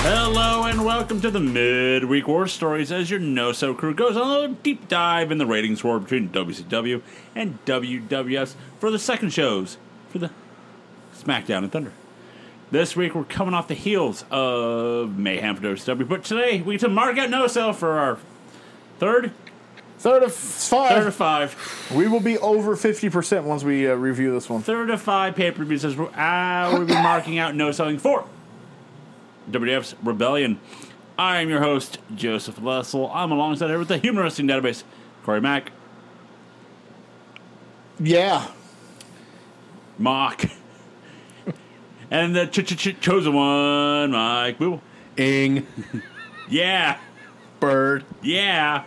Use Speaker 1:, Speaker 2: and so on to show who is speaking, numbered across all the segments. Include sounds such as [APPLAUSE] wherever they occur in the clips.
Speaker 1: Hello and welcome to the Midweek War Stories as your no-so crew goes on a little deep dive in the ratings war between WCW and WWF for the second shows for the SmackDown and Thunder. This week we're coming off the heels of Mayhem for WCW, but today we get to mark out no-so for our third,
Speaker 2: Third of
Speaker 1: third of
Speaker 2: five.
Speaker 1: five,
Speaker 2: We will be over 50% once we uh, review this one.
Speaker 1: third of five pay-per-views as we're, uh, we'll be marking out no-selling for WWF's Rebellion. I am your host, Joseph Lessel. I'm alongside here with the Human Wrestling Database, Corey Mack,
Speaker 2: Yeah.
Speaker 1: Mock, [LAUGHS] and the ch- ch- ch- chosen one, Mike Booble.
Speaker 3: Ing
Speaker 1: Yeah,
Speaker 3: bird.
Speaker 1: yeah,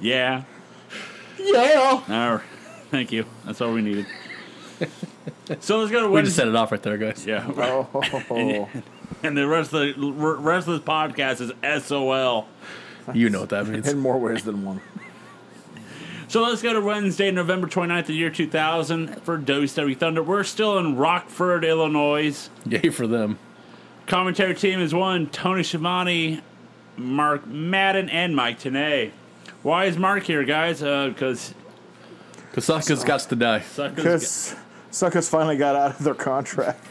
Speaker 1: yeah.
Speaker 2: Yeah.
Speaker 1: All right. Thank you. That's all we needed. So let's go to
Speaker 3: We just
Speaker 1: Wednesday.
Speaker 3: set it off right there, guys.
Speaker 1: Yeah,
Speaker 2: Oh.
Speaker 1: and the rest of the rest of this podcast is SOL.
Speaker 3: You know what that
Speaker 2: [LAUGHS]
Speaker 3: means.
Speaker 2: In more ways than one.
Speaker 1: So let's go to Wednesday, November 29th, the year 2000 for WCW Thunder. We're still in Rockford, Illinois.
Speaker 3: [LAUGHS] Yay for them.
Speaker 1: Commentary team is one Tony Schiavone, Mark Madden, and Mike Tanay. Why is Mark here, guys? Because
Speaker 3: Kasaka's got to die.
Speaker 1: suckers,
Speaker 2: Because Suckers finally got out of their contract.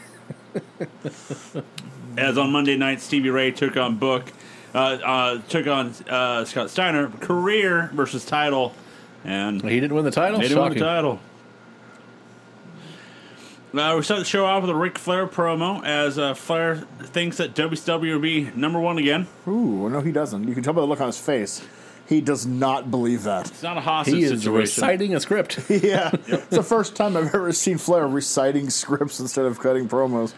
Speaker 1: as on Monday night, Stevie Ray took on Book, uh, uh, took on uh, Scott Steiner, career versus title, and
Speaker 3: He didn't win the title.
Speaker 1: They didn't win
Speaker 3: Shocking.
Speaker 1: the title. Uh, we start the show off with a Ric Flair promo as uh, Flair thinks that WCW will be number one again.
Speaker 2: Ooh, no, he doesn't. You can tell by the look on his face. He does not believe that.
Speaker 1: It's not a hostage
Speaker 3: He is
Speaker 1: situation.
Speaker 3: reciting a script.
Speaker 2: [LAUGHS] Yeah. It's the first time I've ever seen Flair reciting scripts instead of cutting promos.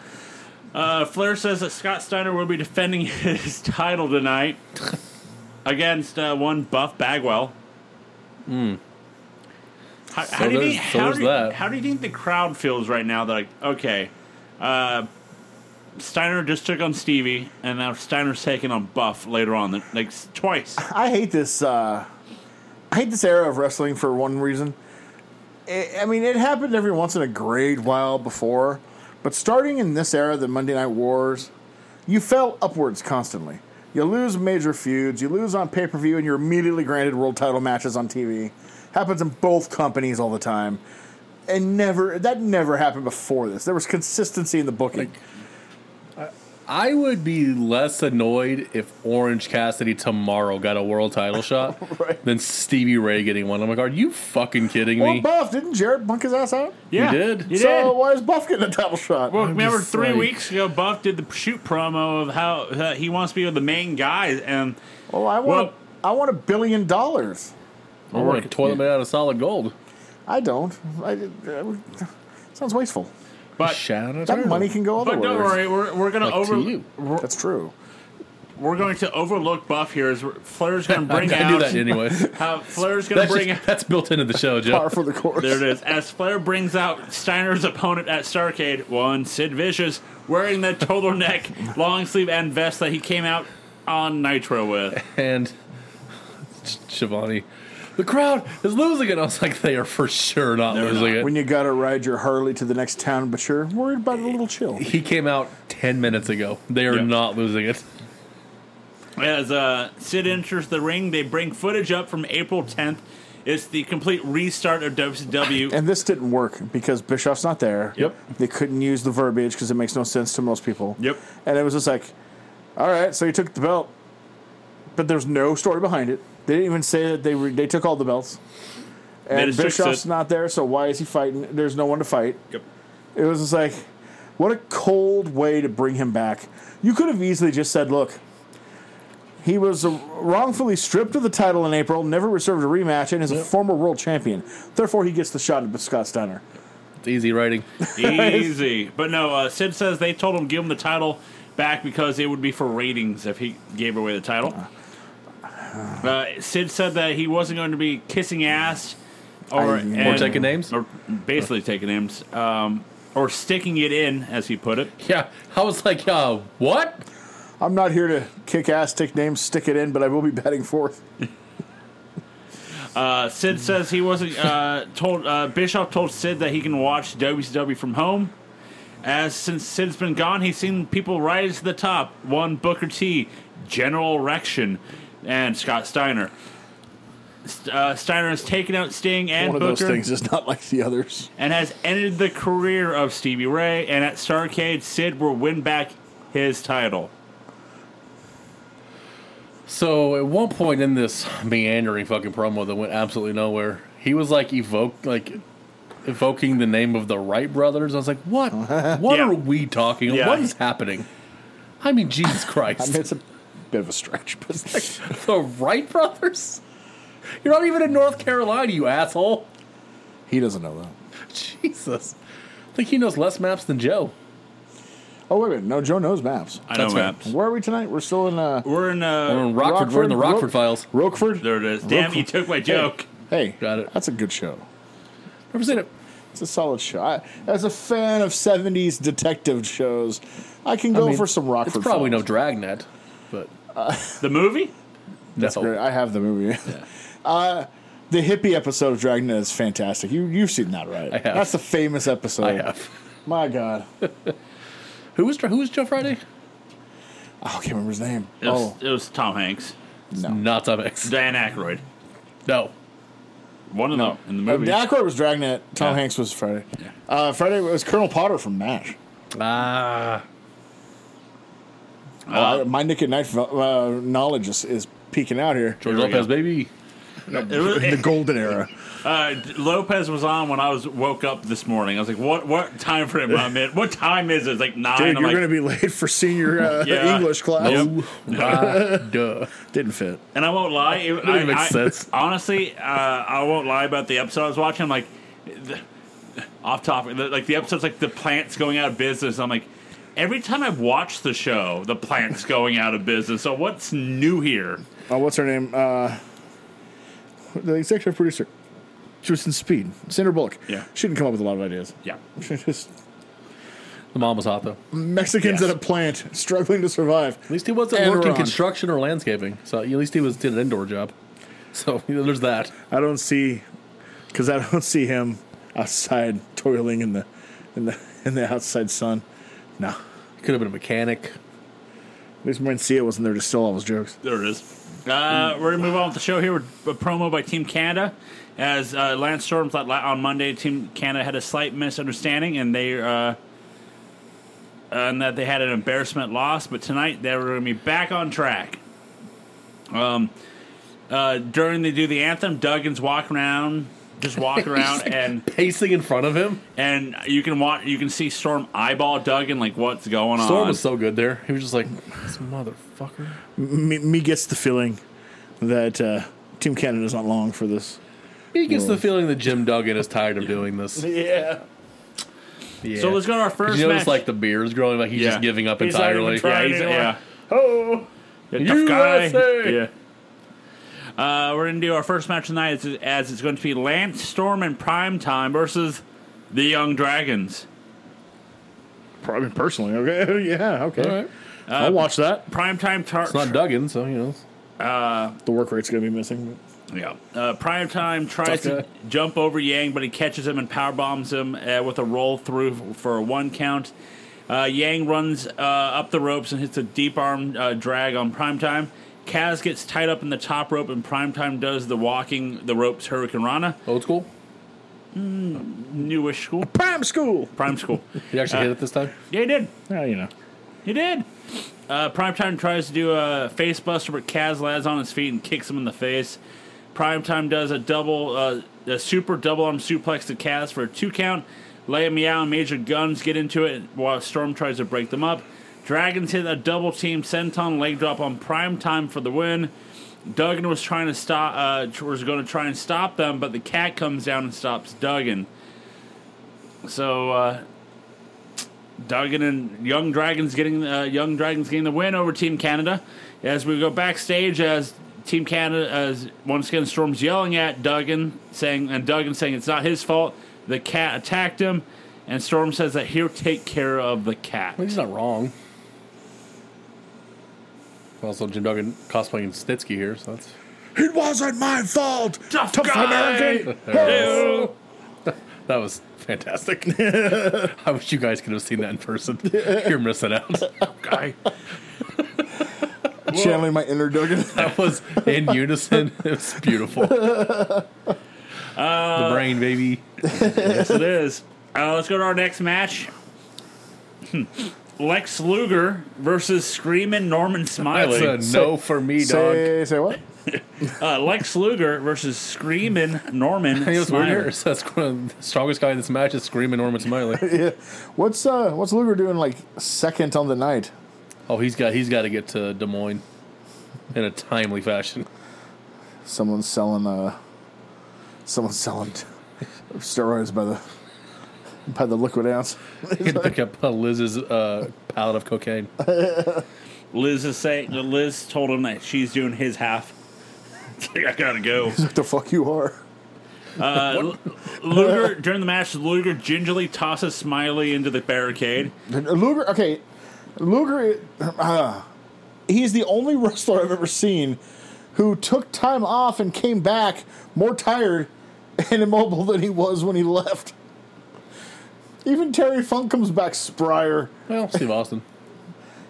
Speaker 1: uh, Flair says that Scott Steiner will be defending [LAUGHS] his title
Speaker 3: [LAUGHS]
Speaker 1: tonight against uh, one Buff Bagwell. How, how do you
Speaker 3: there's-
Speaker 1: think,
Speaker 3: Hmm. so
Speaker 1: how,
Speaker 3: there's
Speaker 1: do you,
Speaker 3: that.
Speaker 1: how do you think the crowd feels right now? That like, okay, uh, Steiner just took on Stevie, and now Steiner's taking on Buff later on, like s- twice.
Speaker 2: I hate this. Uh, I hate this era of wrestling for one reason. I I mean, it happened every once in a great while before, but starting in this era, the Monday Night Wars, you fell upwards constantly. You lose major feuds, you lose on pay per view, and you're immediately granted world title matches on TV. Happens in both companies all the time, and never that never happened before this. There was consistency in the booking.
Speaker 3: I would be less annoyed if Orange Cassidy tomorrow got a world title
Speaker 2: [LAUGHS]
Speaker 3: shot
Speaker 2: Right.
Speaker 3: than Stevie Ray getting one. I'm like, are you fucking kidding
Speaker 2: well,
Speaker 3: me?
Speaker 2: Buff didn't Jared bunk his ass out?
Speaker 1: Yeah,
Speaker 3: did.
Speaker 1: You
Speaker 2: so
Speaker 1: did.
Speaker 2: why is Buff getting a title shot?
Speaker 1: Well, remember
Speaker 3: just
Speaker 1: three
Speaker 3: like-
Speaker 1: weeks ago, Buff did the shoot promo of how uh, he wants to be with the main guys, and
Speaker 2: Oh, I want
Speaker 1: Well-
Speaker 2: I want a billion dollars.
Speaker 3: I want a toilet made out of solid gold.
Speaker 2: I don't. I, I- sounds wasteful.
Speaker 1: but
Speaker 3: Shout out
Speaker 2: That
Speaker 3: to
Speaker 2: money can go other
Speaker 1: but don't
Speaker 2: ways.
Speaker 1: worry, we're, we're gonna
Speaker 3: Like to
Speaker 1: over
Speaker 3: you.
Speaker 1: We're,
Speaker 2: That's true.
Speaker 1: we're going to overlook Buff here. Is Flair's gonna
Speaker 3: [LAUGHS] I, I
Speaker 1: bring
Speaker 3: do
Speaker 1: out [LAUGHS]
Speaker 3: that anyway. that's,
Speaker 1: how Flair's gonna
Speaker 3: just-
Speaker 1: bring
Speaker 3: that's built into
Speaker 2: [LAUGHS]
Speaker 3: the show, Joe.
Speaker 2: Par for the
Speaker 1: [LAUGHS]
Speaker 2: course.
Speaker 1: There it is. As Flair brings out Steiner's opponent at Starcade, one Sid Vicious, wearing the
Speaker 3: [LAUGHS]
Speaker 1: total neck, long sleeve, and vest that he came out on Nitro with.
Speaker 3: [LAUGHS] and Shivani. The crowd is losing it. I was like, they are for sure not
Speaker 1: They're
Speaker 3: losing
Speaker 2: When
Speaker 3: it.
Speaker 2: you gotta ride your Harley to the next town, but you're worried about a little chill.
Speaker 3: He came out 10 minutes ago. They are
Speaker 1: Yeah.
Speaker 3: not losing it.
Speaker 1: As uh, Sid enters the ring, they bring footage up from April 10th. It's the complete restart of E. WCW.
Speaker 2: And this didn't work because Bischoff's not there.
Speaker 3: Yep.
Speaker 2: They couldn't use the verbiage because it makes no sense to most people.
Speaker 1: Yep.
Speaker 2: And it was just like, all right, so you took the belt, but there's no story behind it. They didn't even say that they re- they took all the belts. And
Speaker 1: just took
Speaker 2: Bischoff's
Speaker 1: Sid.
Speaker 2: not there, so why is he fighting? There's no one to fight.
Speaker 1: Yep.
Speaker 2: It was just like, what a cold way to bring him back. You could have easily just said, look, he was wrongfully stripped of the title in April, never reserved a rematch, and is a former world champion. Therefore, he gets the shot at Scott Steiner.
Speaker 3: It's easy writing.
Speaker 1: Easy. But no, uh, Sid says they told him give him the title back because it would be for ratings if he gave away the title. Uh, Sid said that he wasn't going to be kissing ass or,
Speaker 2: Or
Speaker 1: and-
Speaker 3: taking names?
Speaker 1: Or basically taking names. Um, or sticking it in, as he put it.
Speaker 3: Yeah. I was like, uh, what?
Speaker 2: I'm not here to kick ass, take names, stick it in, but I will be batting fourth.
Speaker 1: Uh, Sid says he wasn't uh, told. Uh, Bischoff told Sid that he can watch WCW from home. As since Sid's been gone, he's seen people rise to the top. One Booker T, General Rection, and Scott Steiner. St- Uh, Steiner has taken out Sting and
Speaker 2: One of
Speaker 1: Booker
Speaker 2: those things is not like the others.
Speaker 1: and has ended the career of Stevie Ray. And at Starcade, Sid will win back his title.
Speaker 3: So at one point in this meandering fucking promo that went absolutely nowhere, he was like evoke like evoking the name of the Wright brothers. I was like,
Speaker 1: [LAUGHS]
Speaker 3: what? What
Speaker 1: Yeah.
Speaker 3: are we talking?
Speaker 1: Yeah.
Speaker 3: What is happening? I
Speaker 1: [LAUGHS]
Speaker 3: mean, Jesus
Speaker 2: I mean,
Speaker 3: Christ,
Speaker 2: it's a bit of a stretch, but it's like-
Speaker 3: the Wright brothers? You're not even in North Carolina, you asshole.
Speaker 2: he doesn't know that.
Speaker 3: Jesus, I think he knows less maps than Joe.
Speaker 2: Oh wait a minute, no, Joe knows maps.
Speaker 1: I know
Speaker 3: That's right.
Speaker 1: maps.
Speaker 2: Where are we tonight? We're still in. Uh,
Speaker 1: We're in uh,
Speaker 3: We're in Rockford. We're in the Rockford
Speaker 2: Rock-
Speaker 3: Files.
Speaker 2: Rockford.
Speaker 1: There it is. Damn, you took my joke.
Speaker 2: Hey,
Speaker 3: Got it.
Speaker 2: That's a good show.
Speaker 3: Never seen it.
Speaker 2: It's a solid show. I, as a fan of '70s detective shows, I can go
Speaker 3: I mean,
Speaker 2: for some Rockford.
Speaker 3: It's probably
Speaker 2: Files.
Speaker 3: no Dragnet, but
Speaker 1: The movie?
Speaker 3: that's
Speaker 2: Great, I have the movie. [LAUGHS] Uh, the hippie episode of Dragnet is fantastic. You you've seen that, right?
Speaker 3: I have.
Speaker 2: That's the famous episode.
Speaker 3: I have.
Speaker 2: My God, oh,
Speaker 3: Who was who was Joe Friday?
Speaker 2: I can't remember his name.
Speaker 1: It was,
Speaker 2: oh
Speaker 1: it was Tom Hanks,
Speaker 2: no,
Speaker 3: Not Tom Hanks.
Speaker 1: Dan Aykroyd.
Speaker 3: No.
Speaker 1: One of them in the
Speaker 2: Uh,
Speaker 1: movie.
Speaker 2: Aykroyd was Dragnet. Tom
Speaker 1: Yeah.
Speaker 2: Hanks was Friday. Uh, Friday was Colonel Potter from MASH.
Speaker 3: Ah.
Speaker 2: Uh, my Nick at Night uh, knowledge is, is peeking out here.
Speaker 3: George
Speaker 1: There we
Speaker 3: Lopez,
Speaker 1: go.
Speaker 3: baby.
Speaker 1: It was- [LAUGHS]
Speaker 2: the golden [LAUGHS] era.
Speaker 1: Uh, D- Lopez was on when I was woke up this morning. I was like, "What? What time frame I'm in? What time is it?" It's like nine.
Speaker 2: Dude,
Speaker 1: I'm
Speaker 2: you're
Speaker 1: like,
Speaker 2: going to be late for senior [LAUGHS] uh,
Speaker 1: Yeah.
Speaker 2: English class.
Speaker 1: Nope.
Speaker 3: Ah, [LAUGHS] duh.
Speaker 2: Didn't fit.
Speaker 1: and I won't lie. It, I,
Speaker 3: even make
Speaker 1: I-
Speaker 3: sense.
Speaker 1: Honestly, uh, I won't lie about the episode I was watching. I'm like, the, off topic. The, like the episode's like the plant's going out of business. I'm like, every time I've watched the show, the plant's [LAUGHS] going out of business. So what's new here?
Speaker 2: Uh, what's her name? Uh, the executive producer. She was in Speed. Sandra Bullock.
Speaker 1: Yeah.
Speaker 2: She didn't come up with a lot of ideas.
Speaker 1: Yeah.
Speaker 2: [LAUGHS] She just
Speaker 3: The mom was hot, though. At
Speaker 2: Mexicans
Speaker 1: Yes.
Speaker 2: at a plant struggling to survive.
Speaker 3: least he wasn't
Speaker 2: And
Speaker 3: working
Speaker 2: we're on.
Speaker 3: construction or landscaping. So at least he was did an indoor job. So [LAUGHS] you know, there's that.
Speaker 2: I don't see, because I don't see him outside toiling in the in the in the outside sun. No. At
Speaker 3: He could have been a mechanic.
Speaker 2: least Mencia wasn't there to steal all his jokes.
Speaker 1: There it is. Uh, we're gonna move on with the show here with a promo by Team Canada. As uh, Lance Storm thought la- on Monday, Team Canada had a slight misunderstanding, and they uh, and that they had an embarrassment loss. But tonight they were gonna be back on track. Um, uh, during they do the anthem, Duggan's walk around, just
Speaker 3: [LAUGHS]
Speaker 1: walk around, and
Speaker 3: Pacing in front of him.
Speaker 1: and you can watch, you can see Storm eyeball Duggan like what's going on.
Speaker 3: Storm was so good there. He was just like, this motherfucker.
Speaker 2: Me, me gets the feeling that uh, Team Canada's not long for this.
Speaker 3: He gets the feeling that Jim Duggan is tired of
Speaker 1: [LAUGHS]
Speaker 3: doing this.
Speaker 2: Yeah.
Speaker 3: Yeah.
Speaker 1: So let's go to our
Speaker 3: Did
Speaker 1: first
Speaker 3: you notice
Speaker 1: match.
Speaker 3: like the beard's growing? Like he's
Speaker 1: Yeah.
Speaker 3: just giving up
Speaker 1: He's not even
Speaker 3: entirely.
Speaker 1: trying
Speaker 3: Yeah, he's-
Speaker 1: anymore.
Speaker 3: yeah.
Speaker 2: Oh.
Speaker 1: Yeah, tough guy.
Speaker 3: USA.
Speaker 1: Yeah. Uh, we're gonna do our first match tonight as, as it's going to be Lance Storm and Prime Time versus the Young Dragons.
Speaker 2: Probably personally. Okay. [LAUGHS] Uh, yeah. Okay.
Speaker 3: All right.
Speaker 2: I'll watch that.
Speaker 1: Primetime tar-
Speaker 3: It's not Duggan, so you know.
Speaker 2: The work rate's gonna be missing.
Speaker 1: yeah. Uh, Primetime tries
Speaker 3: Tough
Speaker 1: to
Speaker 3: guy.
Speaker 1: jump over Yang, but he catches him and power bombs him uh, with a roll through for a one count. Uh, Yang runs uh, up the ropes and hits a deep arm uh, drag on Primetime. Kaz gets tied up in the top rope, and Primetime does the walking the ropes Hurricane Rana.
Speaker 3: Old school.
Speaker 1: Newish school,
Speaker 2: Prime school.
Speaker 1: prime
Speaker 3: [LAUGHS]
Speaker 1: school.
Speaker 3: He actually hit it this time.
Speaker 1: Yeah, he did.
Speaker 2: Yeah, you know.
Speaker 1: He did. Uh, Primetime tries to do a face buster, but Kaz lands on his feet and kicks him in the face. Primetime does a double, uh, a super double arm suplex to Kaz for a two count. Leia Meow and Major Guns get into it while Storm tries to break them up. Dragons hit a double team senton leg drop on Primetime for the win. Duggan was trying to stop, uh, tr- was going to try and stop them, but the cat comes down and stops Duggan. So uh, Duggan and Young Dragons getting uh, Young Dragons getting the win over Team Canada. As we go backstage, as Team Canada, as once again Storm's yelling at Duggan, saying and Duggan saying it's not his fault. The cat attacked him, and Storm says that he'll take care of the cat.
Speaker 3: Well, he's not wrong. Also, Jim Duggan cosplaying Snitsky here, so that's.
Speaker 2: It wasn't my fault.
Speaker 1: Tough guy.
Speaker 2: American.
Speaker 3: There it is. That was
Speaker 1: [LAUGHS]
Speaker 3: fantastic. [LAUGHS] I wish you guys could have seen that in person. You're missing out. Okay.
Speaker 2: channeling my inner [LAUGHS] Duggan.
Speaker 3: That was in unison. [LAUGHS] It was beautiful. the brain, baby.
Speaker 1: Yes, it is. Uh, let's go to our next match. Hmm. Lex Luger versus Screaming Norman
Speaker 3: That's a
Speaker 1: Smiley.
Speaker 3: no for me, dog.
Speaker 2: say say what?
Speaker 1: Uh, Lex Luger versus Screaming
Speaker 3: [LAUGHS]
Speaker 1: Norman
Speaker 3: You know what's weird here?
Speaker 1: Smiley.
Speaker 3: It says the strongest guy in this match is screaming Norman Smiley.
Speaker 2: Yeah. What's uh what's Luger doing like second on the night?
Speaker 3: Oh, he's got he's got to get to Des Moines in a timely fashion.
Speaker 2: Someone's selling uh someone's selling [LAUGHS] steroids by the by the liquid ounce. [LAUGHS]
Speaker 3: He can pick up uh, Liz's uh, pallet of cocaine.
Speaker 1: Liz is saying Liz told him that she's doing his half. It's like, [LAUGHS] I gotta go.
Speaker 2: What the fuck you are?
Speaker 3: [LAUGHS]
Speaker 1: Uh, Luger during the match, Luger gingerly tosses Smiley into the barricade.
Speaker 2: Luger okay. Luger uh, he's the only [LAUGHS] wrestler I've ever seen who took time off and came back more tired [LAUGHS] and immobile than he was when he left. Even Terry Funk comes back sprier.
Speaker 3: Well, Steve Austin.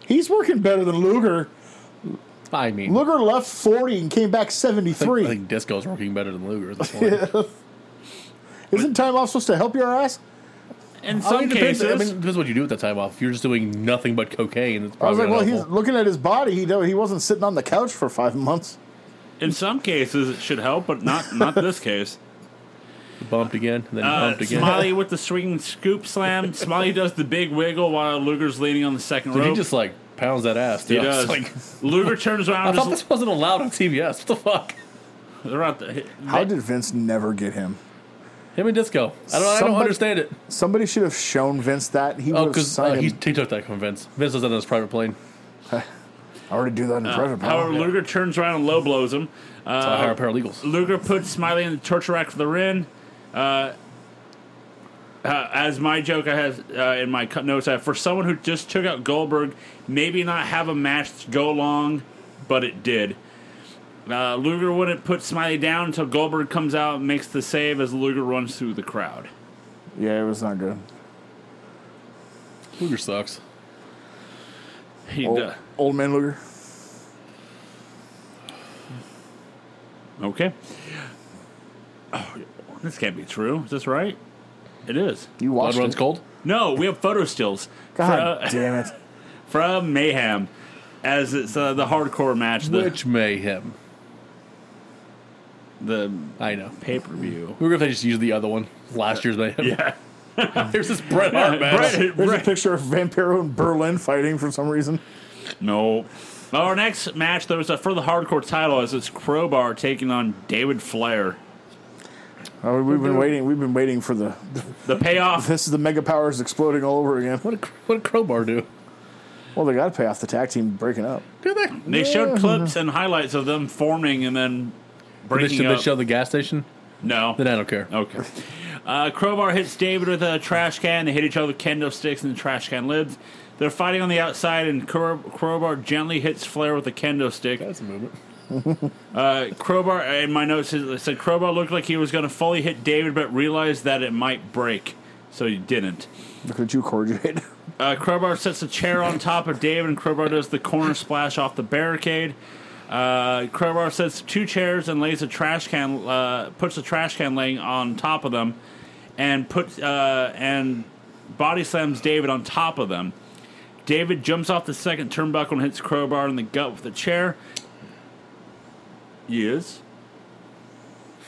Speaker 2: He's working better than Luger.
Speaker 3: I mean,
Speaker 2: Luger left 40 and came back
Speaker 3: I think, I
Speaker 2: 73.
Speaker 3: think Disco's working better than Luger at this point.
Speaker 2: Isn't time off supposed to help your ass?
Speaker 1: In
Speaker 3: I
Speaker 1: some
Speaker 3: mean, it depends,
Speaker 1: cases,
Speaker 3: I mean, it depends what you do with that time off. If you're just doing nothing but cocaine, it's
Speaker 2: I was
Speaker 3: probably
Speaker 2: like, well, he's
Speaker 3: unhelpful.
Speaker 2: looking at his body. He, don't- he wasn't sitting on the couch for five months.
Speaker 1: in some cases it should help, but not not this case.
Speaker 3: bumped again, and then
Speaker 1: Uh,
Speaker 3: bumped again.
Speaker 1: Smiley with the swinging scoop slam. Smiley does the big wiggle while Luger's leaning on the second
Speaker 3: Dude,
Speaker 1: rope.
Speaker 3: he just like pounds that ass.
Speaker 1: He
Speaker 3: Dude. I was
Speaker 1: does.
Speaker 3: like, [LAUGHS]
Speaker 1: Luger turns
Speaker 3: I
Speaker 1: around.
Speaker 3: thought
Speaker 1: just,
Speaker 3: this wasn't allowed on TBS. What the fuck?
Speaker 1: they're out the,
Speaker 2: How did Vince never get him?
Speaker 3: Him and Disco. I don't. I don't
Speaker 2: Somebody-
Speaker 3: understand it.
Speaker 2: Somebody should have shown Vince that. He
Speaker 3: Oh,
Speaker 2: would have
Speaker 3: because uh,
Speaker 2: signed
Speaker 3: he,
Speaker 2: him.
Speaker 3: he took that from Vince. Vince does that on his private plane.
Speaker 2: I already do that
Speaker 3: Uh,
Speaker 2: in private
Speaker 1: However,
Speaker 2: power.
Speaker 1: Luger turns around and low blows him.
Speaker 3: So I hire
Speaker 1: Uh,
Speaker 3: paralegals.
Speaker 1: Luger puts Smiley in the torture rack for the win. Uh, uh, as my joke, I have uh, in my cut notes, I have, for someone who just took out Goldberg, maybe not have a match go long, but it did. Uh, Luger wouldn't put Smiley down until Goldberg comes out and makes the save as Luger runs through the crowd.
Speaker 2: Yeah, it was not good.
Speaker 3: Luger sucks.
Speaker 1: He
Speaker 2: Old,
Speaker 1: does.
Speaker 2: old man Luger.
Speaker 1: Okay. Oh, this can't be true. Is this right? It is.
Speaker 2: You
Speaker 3: Blood
Speaker 2: watched
Speaker 3: runs
Speaker 2: it.
Speaker 3: cold.
Speaker 1: No, we have photo stills uh,
Speaker 2: God
Speaker 1: fro-
Speaker 2: damn
Speaker 3: [LAUGHS]
Speaker 2: it.
Speaker 1: from Mayhem as it's uh, the hardcore match, the,
Speaker 3: Which mayhem.
Speaker 1: the
Speaker 3: I know.
Speaker 1: pay per view.
Speaker 3: We were gonna just use the other one. Last year's mayhem.
Speaker 1: Yeah.
Speaker 3: [LAUGHS] There's this Bret Hart match.
Speaker 1: Right,
Speaker 2: There's a
Speaker 1: right.
Speaker 2: picture of Vampiro and Berlin fighting for some reason.
Speaker 1: No. Our next match, there was a for the hardcore title as it's Crowbar taking on David Flair.
Speaker 2: Oh, we've been waiting. We've been waiting for the.
Speaker 1: The
Speaker 2: [LAUGHS]
Speaker 1: payoff.
Speaker 2: This is the mega powers exploding all over again.
Speaker 3: What did what did Crowbar do?
Speaker 2: Well, they got to pay off the tag team breaking up.
Speaker 3: Did they?
Speaker 1: They showed clips and highlights of them forming and then
Speaker 3: Did they,
Speaker 1: breaking
Speaker 3: show,
Speaker 1: up.
Speaker 3: they show the gas station?
Speaker 1: no.
Speaker 3: Then I don't care.
Speaker 1: Okay. Uh, Crowbar hits David with a trash can. They hit each other with kendo sticks and the trash can lids. They're fighting on the outside, and Crow- Crowbar gently hits Flair with a kendo stick.
Speaker 3: That's a movement.
Speaker 1: Uh, Crowbar, in my notes, it said Crowbar looked like he was going to fully hit David, but realized that it might break, so he didn't.
Speaker 2: Look at you, Corduroy.
Speaker 1: Uh, Crowbar sets a chair on top of David, and Crowbar does the corner splash off the barricade. Uh, Crowbar sets two chairs and lays a trash can, uh, puts a trash can laying on top of them, and puts uh, and body slams David on top of them. David jumps off the second turnbuckle and hits Crowbar in the gut with a chair. Yes.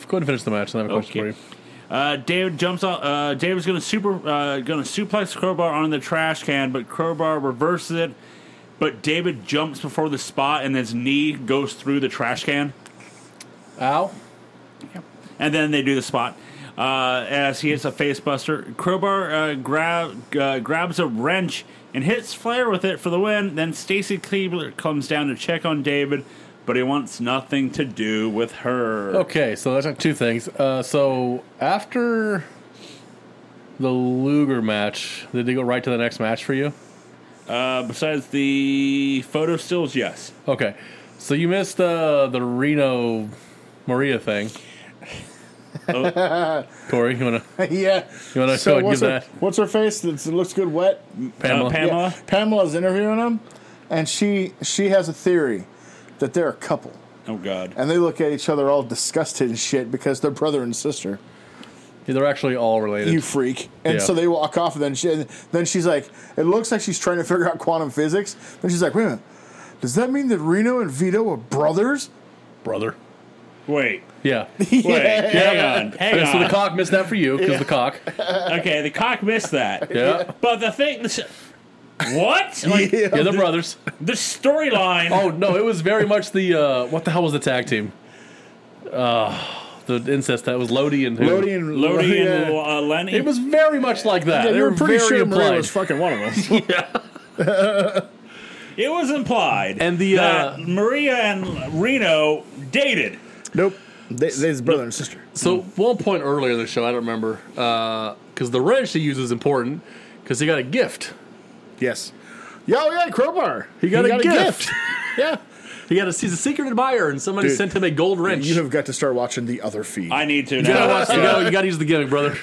Speaker 3: Go ahead and finish the match. Then I have a question
Speaker 1: Okay.
Speaker 3: for you.
Speaker 1: Uh, David jumps out. Uh, David's gonna super uh, gonna suplex Crowbar onto the trash can, but Crowbar reverses it. But David jumps before the spot, and his knee goes through the trash can,
Speaker 3: Ow.
Speaker 1: and then they do the spot. Uh, as he hits a facebuster, Crowbar uh, grab, uh, grabs a wrench and hits Flair with it for the win. Then Stacy Cleaver comes down to check on David, but he wants nothing to do with her.
Speaker 3: Okay, so that's like two things. Uh, so after the Luger match, did they go right to the next match for you?
Speaker 1: Uh, besides the photo stills, yes.
Speaker 3: Okay, so you missed uh, the Reno Maria thing. Corey, you want to?
Speaker 2: [LAUGHS] yeah.
Speaker 3: You wanna go and
Speaker 2: what's
Speaker 3: give
Speaker 2: her,
Speaker 3: that-
Speaker 2: what's her face? That's, it looks good wet.
Speaker 3: Pamela.
Speaker 1: Pam- Pamela?
Speaker 2: Yeah. Pamela's interviewing him, and she she has a theory that they're a couple,
Speaker 1: Oh God.
Speaker 2: and they look at each other all disgusted and shit because they're brother and sister.
Speaker 3: They're actually all related.
Speaker 2: you freak. And
Speaker 3: Yeah.
Speaker 2: so they walk off, and then, she, and then she's like, it looks like she's trying to figure out quantum physics. Then she's like, wait a minute, does that mean that Reno and Vito are [LAUGHS] brothers?
Speaker 3: brother.
Speaker 1: Wait.
Speaker 3: Yeah.
Speaker 1: Wait. [LAUGHS] Hang on. Hang
Speaker 3: And so the
Speaker 1: on.
Speaker 3: cock missed that for you because the cock.
Speaker 1: okay, the cock missed that.
Speaker 3: [LAUGHS] Yeah.
Speaker 1: But the thing. The sh- what? Like,
Speaker 3: [LAUGHS] Yeah, the brothers.
Speaker 1: The storyline.
Speaker 3: Oh no, it was very much the uh, what the hell was the tag team? Uh, the incest that was Lodi and who?
Speaker 2: Lodi and
Speaker 1: Lodi and
Speaker 2: yeah.
Speaker 1: uh, Lenny.
Speaker 3: It was very much like that.
Speaker 2: Yeah,
Speaker 3: they
Speaker 2: you
Speaker 3: were
Speaker 2: were pretty
Speaker 3: very
Speaker 2: sure Maria
Speaker 3: implied.
Speaker 2: was fucking one of them.
Speaker 1: It was implied.
Speaker 3: And the,
Speaker 1: that
Speaker 3: uh,
Speaker 1: Maria and Reno dated.
Speaker 2: [LAUGHS] nope. They, they's brother and sister.
Speaker 3: So one point earlier in the show, I don't remember, because the wrench he uses is important because he got a gift.
Speaker 2: Yes. Yo, yeah, crowbar.
Speaker 3: He got, a, gift.
Speaker 2: [LAUGHS] yeah.
Speaker 3: he got a, he's a secret admirer, and somebody
Speaker 2: Dude,
Speaker 3: sent him a gold wrench.
Speaker 2: You have got to start watching the other feed.
Speaker 1: I need to
Speaker 2: [LAUGHS]
Speaker 3: gotta
Speaker 1: now [LAUGHS]
Speaker 3: watch- you gotta- you gotta use the gimmick, brother.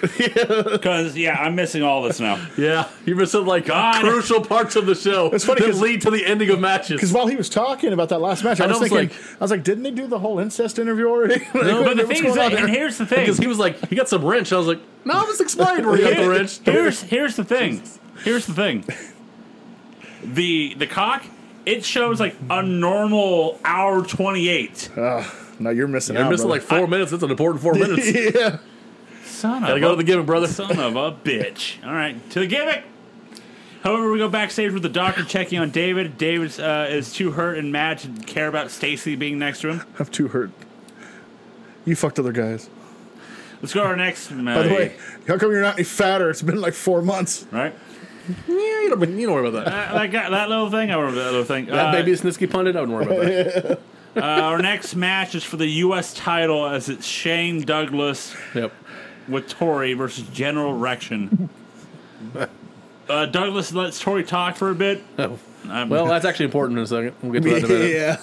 Speaker 1: because yeah, I'm missing all this now.
Speaker 3: Yeah, you missed some like
Speaker 1: God.
Speaker 3: crucial parts of the show
Speaker 2: It's funny
Speaker 3: that
Speaker 2: 'cause-
Speaker 3: lead to the ending of
Speaker 2: because
Speaker 3: matches.
Speaker 2: while he was talking about that last match, I,
Speaker 3: I know,
Speaker 2: was
Speaker 3: I was
Speaker 2: thinking, I was like, didn't they do the whole incest interview already? [LAUGHS]
Speaker 3: No,
Speaker 1: But the
Speaker 2: What's
Speaker 1: thing is,
Speaker 2: going on
Speaker 1: that, and
Speaker 2: there?
Speaker 1: here's the thing.
Speaker 3: Because he was like, he got some wrench. I was like, no, I was explained where he got the wrench.
Speaker 1: Here's here's the
Speaker 3: [LAUGHS]
Speaker 1: thing. Here's the thing. The the cock. It shows like a normal hour twenty eight.
Speaker 3: Uh-huh.
Speaker 2: no, you're missing.
Speaker 3: You're
Speaker 2: out,
Speaker 3: missing
Speaker 2: brother.
Speaker 3: like four minutes. That's an important four minutes.
Speaker 2: [LAUGHS] yeah.
Speaker 1: Son of
Speaker 3: Gotta go to
Speaker 1: a
Speaker 3: the
Speaker 2: [LAUGHS]
Speaker 3: gimmick, brother.
Speaker 1: son of a bitch. All right, to the gimmick. However, we go backstage with the doctor checking on David. David uh, is too hurt and mad to care about Stacy being next to him.
Speaker 2: I'm too hurt. You fucked other guys.
Speaker 1: Let's go to our next.
Speaker 2: By the way, how come you're not any fatter? It's been like four months.
Speaker 1: right? Uh,
Speaker 3: Yeah, you don't, you don't worry about that.
Speaker 1: that, that guy, that little thing. I remember that little thing.
Speaker 3: That
Speaker 1: Uh,
Speaker 3: baby Snitsky punted. I wouldn't worry about that.
Speaker 1: uh, our next match is for the U.S. title as it's Shane Douglas
Speaker 2: [LAUGHS]
Speaker 3: Yep.
Speaker 1: with Tori versus General Rection. uh, Douglas lets Tori talk for a bit. Um,
Speaker 3: Well, that's actually important in a second. We'll get to that in a
Speaker 2: [LAUGHS]
Speaker 3: minute.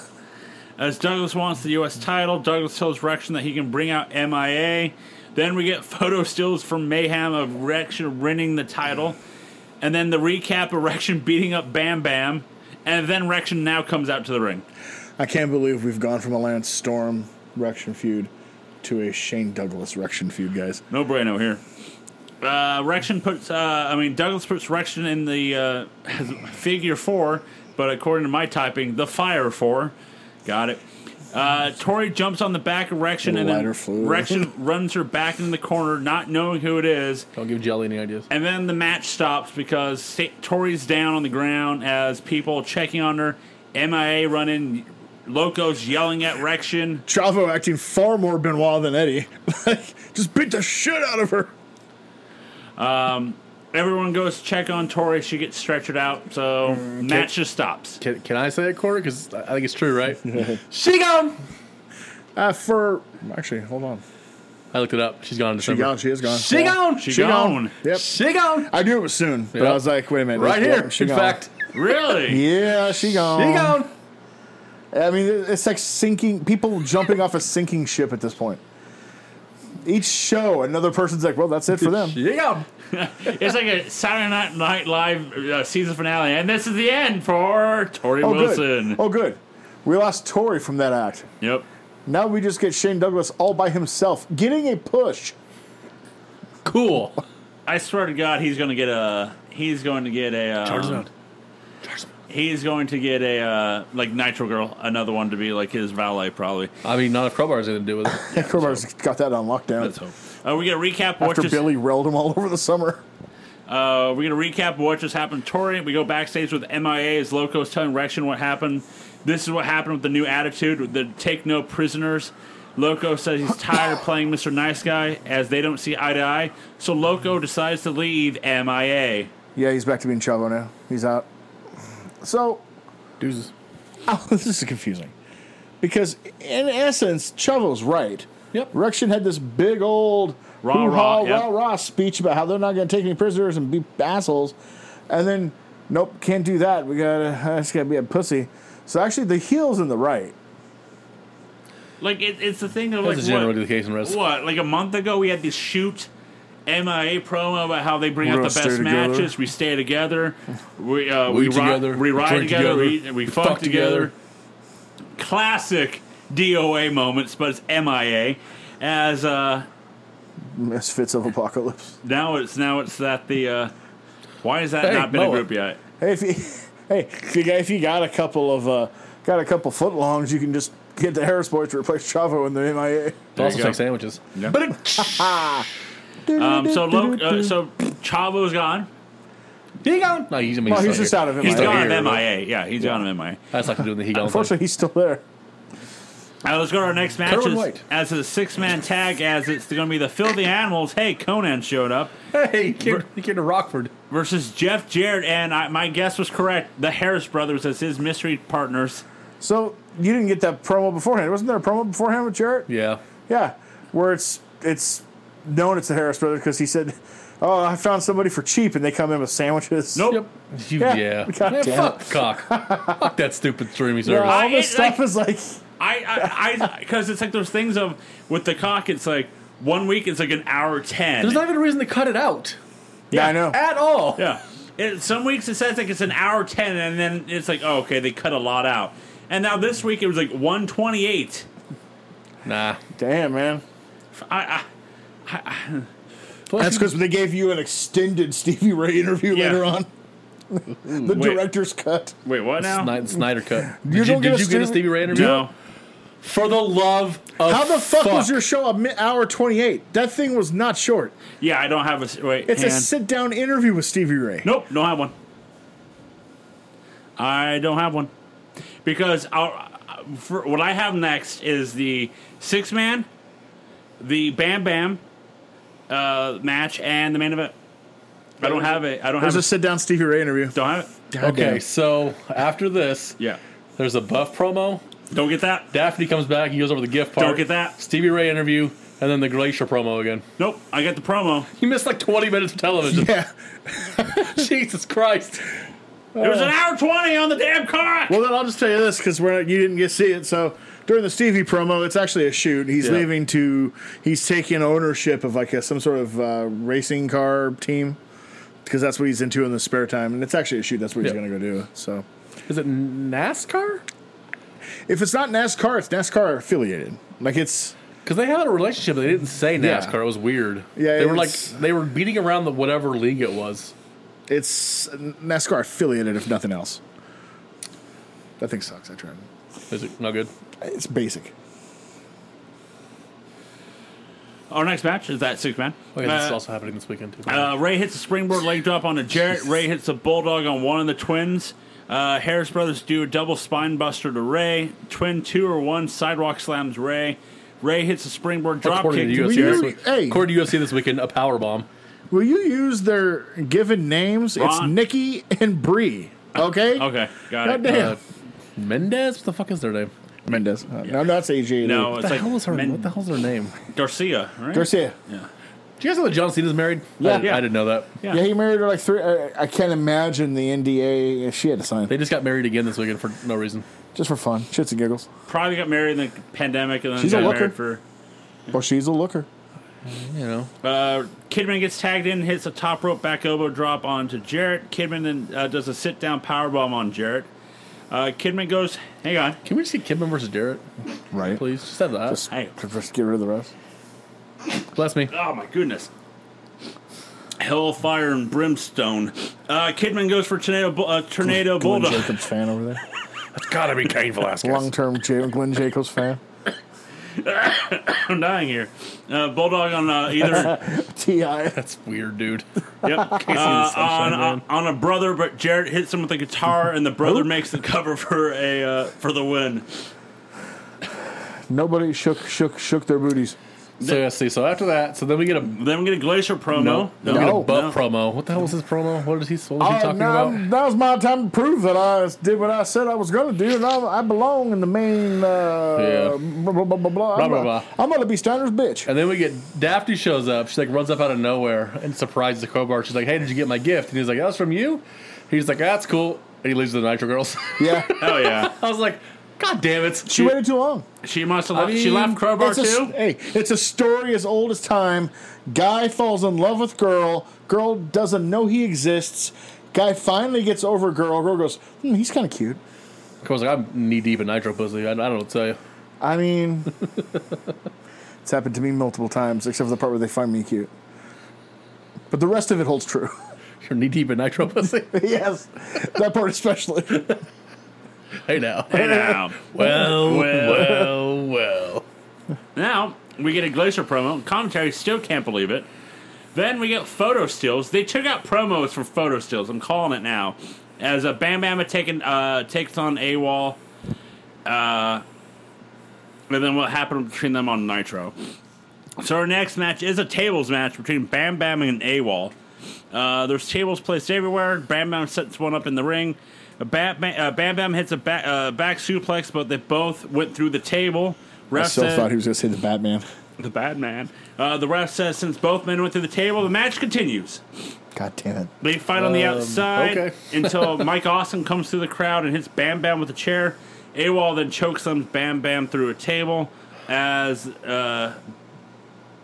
Speaker 1: as Douglas wants the U.S. title, Douglas tells Rection that he can bring out MIA. Then we get [LAUGHS] photo stills from Mayhem of Rection winning the title. And then the recap of Rection beating up Bam Bam. And then Rection now comes out to the ring.
Speaker 2: I can't believe we've gone from a Lance Storm Rection feud to a Shane Douglas Rection feud, guys.
Speaker 1: No bueno here. Uh, Rection puts, uh, I mean, Douglas puts Rection in the uh, has figure four, but according to my typing, the fire four. Got it. Uh, Tori jumps on the back of Rection and then
Speaker 2: Lighter fluid.
Speaker 1: Rection runs her back in the corner, not knowing who it is.
Speaker 3: Don't give Jelly any ideas.
Speaker 1: And then the match stops because Sta- Tori's down on the ground as people checking on her. MIA running, Locos yelling at Rection.
Speaker 2: Chavo acting far more Benoit than Eddie. [LAUGHS] like, just beat the shit out of her.
Speaker 1: Everyone goes to check on Tori. She gets stretchered out, so match just stops.
Speaker 3: Can, can I say it, Corey? Because I I think it's
Speaker 2: [LAUGHS]
Speaker 3: true, right? she gone.
Speaker 2: Uh, for actually, hold on.
Speaker 3: I looked it up. She's gone. In
Speaker 2: She
Speaker 3: December.
Speaker 2: gone. She is gone.
Speaker 3: She gone.
Speaker 1: She,
Speaker 2: She
Speaker 1: gone.
Speaker 2: gone. Yep.
Speaker 3: She gone.
Speaker 2: I knew it was soon, but
Speaker 3: Yeah.
Speaker 2: I was like, wait a minute.
Speaker 3: Right
Speaker 2: Yep,
Speaker 3: here.
Speaker 2: she
Speaker 3: in
Speaker 2: gone.
Speaker 3: fact,
Speaker 1: Really?
Speaker 2: Yeah, she gone.
Speaker 3: she gone.
Speaker 2: I mean, it- it's like sinking people jumping off a sinking ship at this point. Each show, another person's like, "Well, that's it for
Speaker 1: [LAUGHS]
Speaker 2: them."
Speaker 3: She gone.
Speaker 1: It's like a Saturday Night, Night Live uh, season finale, and this is the end for Tori
Speaker 2: Oh,
Speaker 1: Wilson.
Speaker 2: good. Oh, good. We lost Tori from that act.
Speaker 1: Yep.
Speaker 2: Now we just get Shane Douglas all by himself, getting a push.
Speaker 3: Cool.
Speaker 1: I swear to God, he's going to get a. He's going to get a. Um, he's going to get a uh, like Nitro Girl, another one to be like his valet, probably.
Speaker 3: I mean, not if Crowbar's going
Speaker 2: [LAUGHS]
Speaker 3: to do with it.
Speaker 2: Crowbar's got that on lockdown.
Speaker 1: Let's hope. Uh, we get a recap. of what
Speaker 2: After
Speaker 1: just-
Speaker 2: Billy railed him all over the summer.
Speaker 1: Uh, we're going to recap what just happened to Tori. We go backstage with MIA as Locos telling Rection what happened. This is what happened with the new attitude, with the take no prisoners. Loco says he's tired of playing Mr. Nice Guy as they don't see eye to eye. So Loco decides to leave MIA.
Speaker 2: Yeah, he's back to being Chavo now. He's out. So
Speaker 3: Deuces.
Speaker 2: [LAUGHS] Oh, this is confusing. Because in essence, Chavo's right.
Speaker 3: Yep.
Speaker 2: Rection had this big old
Speaker 1: Rah,
Speaker 2: hoo-ha,
Speaker 1: rah, yep.
Speaker 2: rah, rah speech about how they're not going to take any prisoners and be assholes. And then, nope, can't do that. [LAUGHS] We got to, that's going to be a pussy. So actually, the heel's in the right.
Speaker 1: Like it, it's the thing of like
Speaker 3: That's generally
Speaker 1: what,
Speaker 3: the case in wrestling.
Speaker 1: what like a month ago we had this shoot MIA promo about how they bring
Speaker 2: We're
Speaker 1: out the
Speaker 2: gonna
Speaker 1: best
Speaker 2: stay together.
Speaker 1: matches. We stay together. We uh,
Speaker 3: We
Speaker 1: we,
Speaker 3: eat
Speaker 1: ri-
Speaker 3: together,
Speaker 1: We ride
Speaker 3: drink
Speaker 1: together.
Speaker 3: together,
Speaker 1: We, eat- we fuck, together. Classic DOA moments, but it's MIA. As uh,
Speaker 2: Misfits of Apocalypse.
Speaker 1: now it's now it's that the uh, why has that
Speaker 3: Hey,
Speaker 1: not been a
Speaker 3: Moa.
Speaker 1: group yet?
Speaker 2: [LAUGHS] Hey, if you, [LAUGHS] hey, if you, got, if you got a couple of uh, got a couple foot longs, you can just get the Harris Boys to replace Chavo in the MIA.
Speaker 3: They also
Speaker 1: you go.
Speaker 3: take sandwiches.
Speaker 1: But um, so Lo- uh, so Chavo's gone.
Speaker 3: He gone? No, he's, I mean,
Speaker 2: Well, Oh, he's
Speaker 3: he's,
Speaker 2: just
Speaker 3: still
Speaker 2: out of
Speaker 3: here.
Speaker 1: He's
Speaker 2: MIA.
Speaker 3: still
Speaker 1: gone
Speaker 3: here,
Speaker 1: on
Speaker 3: but
Speaker 1: MIA. Yeah, he's gone on MIA.
Speaker 3: That's like doing the he gone. thing.
Speaker 2: Unfortunately, he's still there.
Speaker 1: Uh, let's go to our next match.
Speaker 3: Kerwin
Speaker 1: As-
Speaker 3: White.
Speaker 1: As a six man tag, as it's going to be the Filthy Animals. Hey, Conan showed up
Speaker 3: Hey, kid, kid to Rockford.
Speaker 1: versus Jeff Jarrett, and I, my guess was correct. The Harris brothers as his mystery partners.
Speaker 2: So you didn't get that promo beforehand. Wasn't there a promo beforehand with Jarrett?
Speaker 3: Yeah.
Speaker 2: Yeah, where it's it's known it's the Harris brothers because he said, "Oh, I found somebody for cheap," and they come in with sandwiches.
Speaker 1: Nope.
Speaker 3: Yep. You-
Speaker 2: Oh. Yeah.
Speaker 3: yeah.
Speaker 2: God
Speaker 3: Man,
Speaker 2: damn
Speaker 3: fuck
Speaker 2: [LAUGHS]
Speaker 3: cock. fuck that stupid streaming
Speaker 2: Yeah,
Speaker 3: service.
Speaker 2: all
Speaker 1: I-
Speaker 2: this
Speaker 1: it, like-
Speaker 2: stuff is like
Speaker 1: I, I, [LAUGHS] I, because it's like those things of with the cock. It's like one week it's like an hour ten.
Speaker 3: There's not even a reason to cut it out
Speaker 2: yeah, I know.
Speaker 3: at all.
Speaker 1: yeah. It, some weeks it says like it's an hour ten, and then it's like oh, okay, they cut a lot out. And now this week it was like one twenty eight.
Speaker 3: Nah.
Speaker 2: Damn, man.
Speaker 1: I, I
Speaker 3: Plus
Speaker 2: That's
Speaker 3: you-
Speaker 2: because they gave you an extended Stevie Ray interview
Speaker 1: Yeah.
Speaker 2: later on. the
Speaker 1: wait.
Speaker 2: director's cut.
Speaker 1: wait, what now?
Speaker 3: Snyder, Snyder cut.
Speaker 2: You
Speaker 3: did
Speaker 2: don't
Speaker 3: you,
Speaker 2: get a
Speaker 3: did you get a
Speaker 2: Stevie-
Speaker 3: Stevie Ray interview?
Speaker 1: no.
Speaker 3: For the love of
Speaker 2: How the fuck, was your show a mi- hour 28? That thing was not short.
Speaker 1: Yeah, I don't have a s- wait.
Speaker 2: It's a
Speaker 1: hand.
Speaker 2: sit down interview with Stevie Ray.
Speaker 1: Nope, don't have one. I don't have one because I'll, for, what I have next is the six man, the Bam Bam uh, match, and the main event. I don't have it. I don't
Speaker 2: There's
Speaker 1: have
Speaker 2: a
Speaker 1: it.
Speaker 2: sit down Stevie Ray interview.
Speaker 1: Don't have it.
Speaker 3: Okay, [LAUGHS]
Speaker 2: Goddamn.
Speaker 3: so after this,
Speaker 1: Yeah,
Speaker 3: there's a buff promo.
Speaker 1: don't get that.
Speaker 3: Daphne comes back. He goes over the gift part.
Speaker 1: Don't get that.
Speaker 3: Stevie Ray interview, and then the Glacier promo again.
Speaker 1: Nope, I got the promo.
Speaker 3: You missed like 20 minutes of [LAUGHS] television.
Speaker 2: Yeah.
Speaker 3: Jesus Christ.
Speaker 1: It was an hour twenty on the damn card.
Speaker 2: Well, then I'll just tell you this because you didn't get to see it. So during the Stevie promo, it's actually a shoot. He's
Speaker 3: Yeah.
Speaker 2: leaving to, he's taking ownership of like a, some sort of uh, racing car team because that's what he's into in the spare time. And it's actually a shoot. That's what he's
Speaker 3: Yeah.
Speaker 2: going to go do. So
Speaker 3: Is it NASCAR?
Speaker 2: if it's not NASCAR, it's NASCAR affiliated. Like it's.
Speaker 3: Because they had a relationship. They didn't say
Speaker 2: Yeah.
Speaker 3: NASCAR. It was weird.
Speaker 2: Yeah,
Speaker 3: they were like
Speaker 2: it's-
Speaker 3: they were beating around the whatever league it was.
Speaker 2: It's NASCAR affiliated, if nothing else. That thing sucks. I tried.
Speaker 3: Is it not good?
Speaker 2: It's basic.
Speaker 1: Our next match is that six man.
Speaker 3: Okay, this is
Speaker 1: Uh,
Speaker 3: also happening this weekend too.
Speaker 1: Uh, Ray hits a springboard leg drop on a Jarrett. Ray hits a bulldog on one of the twins. Uh, Harris brothers do a double spine buster to Ray. Twin two or one sidewalk slams Ray. Ray hits a springboard drop
Speaker 3: according
Speaker 1: kick to
Speaker 3: to UFC,
Speaker 1: Jarrett.
Speaker 3: this
Speaker 2: you-
Speaker 3: week-
Speaker 2: hey.
Speaker 3: according to UFC this weekend, a power [LAUGHS] bomb.
Speaker 2: Will you use their given names? It's
Speaker 1: Ron.
Speaker 2: Nikki and Bree. Okay.
Speaker 1: Okay, got
Speaker 2: God
Speaker 1: it.
Speaker 2: damn.
Speaker 3: Uh, Mendez, what the fuck is their name?
Speaker 2: Mendez. Uh, no, no, it's AJ.
Speaker 1: No,
Speaker 3: What
Speaker 1: it's
Speaker 3: the
Speaker 1: like
Speaker 3: hell is her?
Speaker 1: Men-
Speaker 3: what the hell's their name?
Speaker 1: Garcia, right?
Speaker 2: Garcia.
Speaker 3: Do you guys know that John Cena's married?
Speaker 2: Yeah.
Speaker 3: I, didn't- I didn't know that.
Speaker 1: Yeah.
Speaker 2: Yeah. he married her like three. uh, I, I can't imagine the NDA she had to sign
Speaker 3: They just got married again this weekend for no reason.
Speaker 2: just for fun, shits and giggles.
Speaker 1: Probably got married in the pandemic and then
Speaker 2: She's a
Speaker 1: got
Speaker 2: looker.
Speaker 1: married for.
Speaker 2: Well, she's a looker.
Speaker 3: You know,
Speaker 1: Uh, Kidman gets tagged in, hits a top rope back elbow drop onto Jarrett. Kidman then uh, does a sit down powerbomb on Jarrett. Uh, Kidman goes, hang on.
Speaker 3: can we just get Kidman versus Jarrett,
Speaker 2: Right.
Speaker 3: please? Just have that.
Speaker 2: Just,
Speaker 1: Hey.
Speaker 2: just get rid of the rest.
Speaker 3: Bless me.
Speaker 1: Oh my goodness. Hellfire and brimstone. Uh, Kidman goes for tornado, bu- uh, tornado
Speaker 2: Glenn
Speaker 1: bulldog.
Speaker 2: Jacobs fan over there.
Speaker 1: [LAUGHS]
Speaker 3: Gotta be Cain Velasquez.
Speaker 2: Long term J- Glenn Jacobs fan.
Speaker 1: I'm dying here. Uh, bulldog on uh,
Speaker 3: [LAUGHS]
Speaker 1: either
Speaker 2: Ti.
Speaker 3: That's weird, dude.
Speaker 1: yep. Uh, on,
Speaker 3: Sunshine
Speaker 1: on,
Speaker 3: Man.
Speaker 1: on a brother, but Jarrett hits him with a guitar,
Speaker 3: [LAUGHS]
Speaker 1: and the brother makes the cover for a uh, for the win.
Speaker 2: Nobody shook shook shook their booties.
Speaker 3: [LAUGHS] So yeah, see, so after that, so then we get a
Speaker 1: Then we get a glacier promo.
Speaker 3: no, then we get
Speaker 2: No.
Speaker 3: a buff promo. What the hell was his promo? What is he? What was he
Speaker 2: Uh,
Speaker 3: talking
Speaker 2: no,
Speaker 3: about?
Speaker 2: I'm- That was my time to prove that I did what I said I was going to do, and I, I belong in the main. Uh,
Speaker 3: Yeah.
Speaker 2: Blah blah blah blah. blah. I'm,
Speaker 3: blah,
Speaker 2: a-
Speaker 3: blah.
Speaker 2: I'm gonna be Steiner's bitch.
Speaker 3: And then we get Daphne shows up. She like runs up out of nowhere and surprises the crowbar. She's like, "Hey, did you get my gift?" And he's like, "That was from you." He's like, "That's cool." And he leaves the Nitro Girls. [LAUGHS]
Speaker 2: Yeah,
Speaker 1: Oh yeah.
Speaker 3: I was like, God damn it.
Speaker 2: She waited too long.
Speaker 1: She must have
Speaker 3: I
Speaker 1: left. she
Speaker 3: mean,
Speaker 1: left Crowbar
Speaker 2: It's a,
Speaker 1: too.
Speaker 2: hey, it's a story as old as time. Guy falls in love with girl. Girl doesn't know he exists. Guy finally gets over girl. Girl goes, hmm, he's kind of cute.
Speaker 3: Of course, like, I'm knee deep in nitro pussy. I, I don't know what to tell you.
Speaker 2: I
Speaker 3: [LAUGHS]
Speaker 2: mean, it's happened to me multiple times, except for the part where they find me cute. But the rest of it holds true.
Speaker 3: You're knee deep in nitro pussy.
Speaker 2: [LAUGHS] yes, that part [LAUGHS] especially.
Speaker 3: hey now.
Speaker 1: Hey now.
Speaker 3: Well,
Speaker 1: Well.
Speaker 3: well, well.
Speaker 1: Now we get a Glacier promo. Commentary still can't believe it. Then we get photo stills. They took out promos for photo stills. I'm calling it now. As a Bam Bama taking, uh, takes on AWOL. Uh, and then what happened between them on Nitro. So our next match is a tables match between Bam Bam and AWOL. Uh, there's tables placed everywhere. Bam Bam sets one up in the ring. A Bam Bam, uh, Bam, Bam hits a ba- uh, back suplex, but they both went through the table. Ref
Speaker 2: I still
Speaker 1: said-
Speaker 2: thought he was going to say the Batman.
Speaker 1: the bad man. Uh, the ref says since both men went through the table, the match continues.
Speaker 2: God damn it.
Speaker 1: They fight on the
Speaker 3: Um,
Speaker 1: outside
Speaker 3: okay.
Speaker 1: [LAUGHS]
Speaker 3: [LAUGHS]
Speaker 1: until Mike Austin comes through the crowd and hits Bam Bam with a chair. AWOL then chokes them Bam Bam through a table as uh,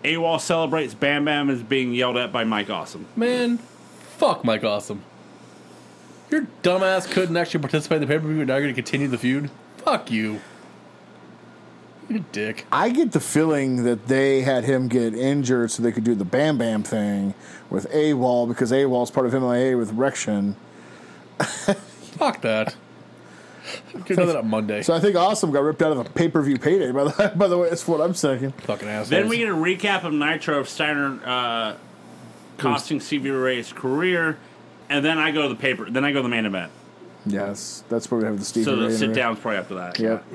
Speaker 1: AWOL celebrates Bam Bam is being yelled at by Mike Awesome.
Speaker 3: Man, fuck Mike Awesome. Your dumbass couldn't actually participate in the pay per view, and now you're going to continue the feud? Fuck you. You dick.
Speaker 2: I get the feeling that they had him get injured so they could do the Bam Bam thing with AWOL because AWOL's part of MIA with Rection.
Speaker 3: Fuck that. Get another up Monday.
Speaker 2: So I think Awesome got ripped out of a pay per view payday, by the, [LAUGHS] by the way. That's what I'm thinking.
Speaker 3: Fucking assholes.
Speaker 1: Then we get a recap of Nitro of Steiner uh, costing CV Ray's career, and then I go to the paper. Then I go to the main event.
Speaker 2: Yes, that's where we have the Steve.
Speaker 1: So
Speaker 2: Ray
Speaker 1: the sit
Speaker 2: interview.
Speaker 1: down's probably after that.
Speaker 2: Yep.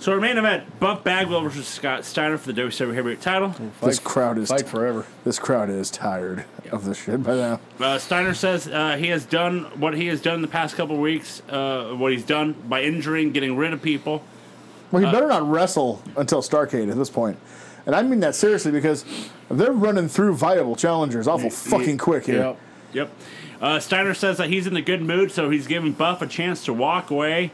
Speaker 1: So our main event, Buff Bagwell versus Scott Steiner for the WWE Heavyweight title.
Speaker 2: This crowd is
Speaker 3: Fight forever.
Speaker 2: this crowd is tired of this shit by now.
Speaker 1: Uh, Steiner says uh, he has done what he has done the past couple weeks, uh, what he's done by injuring, getting rid of people.
Speaker 2: Well, he
Speaker 3: Uh,
Speaker 2: better not wrestle until Starcade at this point, and I mean that seriously because they're running through viable challengers awful fucking quick here.
Speaker 3: Yep.
Speaker 1: Yep. Uh, Steiner says that he's in a good mood, so he's giving Buff a chance to walk away,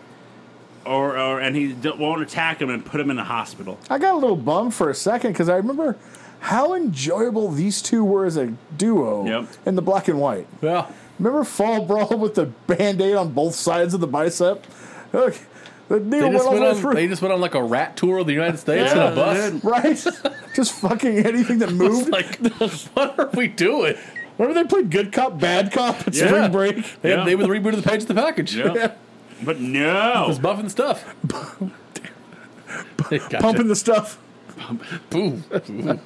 Speaker 1: or, or and he d- won't attack him and put him in the hospital.
Speaker 2: I got a little bummed for a second because I remember how enjoyable these two were as a duo
Speaker 1: Yep.
Speaker 2: in the black and white.
Speaker 3: Yeah.
Speaker 2: Remember Fall Brawl with the band aid on both sides of the bicep? Look, the needle
Speaker 3: They
Speaker 2: went
Speaker 3: just
Speaker 2: all the
Speaker 3: went,
Speaker 2: way
Speaker 3: on, they
Speaker 2: through.
Speaker 3: just went on like a rat tour of the United States
Speaker 1: Yeah,
Speaker 3: in a bus.
Speaker 1: they
Speaker 2: [LAUGHS] Right? Just fucking anything
Speaker 3: [LAUGHS]
Speaker 2: that moved.
Speaker 3: Like, [LAUGHS] what are we doing?
Speaker 2: Remember they played Good Cop, Bad Cop at
Speaker 3: Yeah.
Speaker 2: Spring Break?
Speaker 3: They,
Speaker 1: Yeah.
Speaker 3: they were the reboot of the page of the package.
Speaker 1: Yep. but no,
Speaker 3: [LAUGHS] Just buffing the stuff. They gotcha.
Speaker 2: Pumping the stuff.
Speaker 3: Boom. Boom.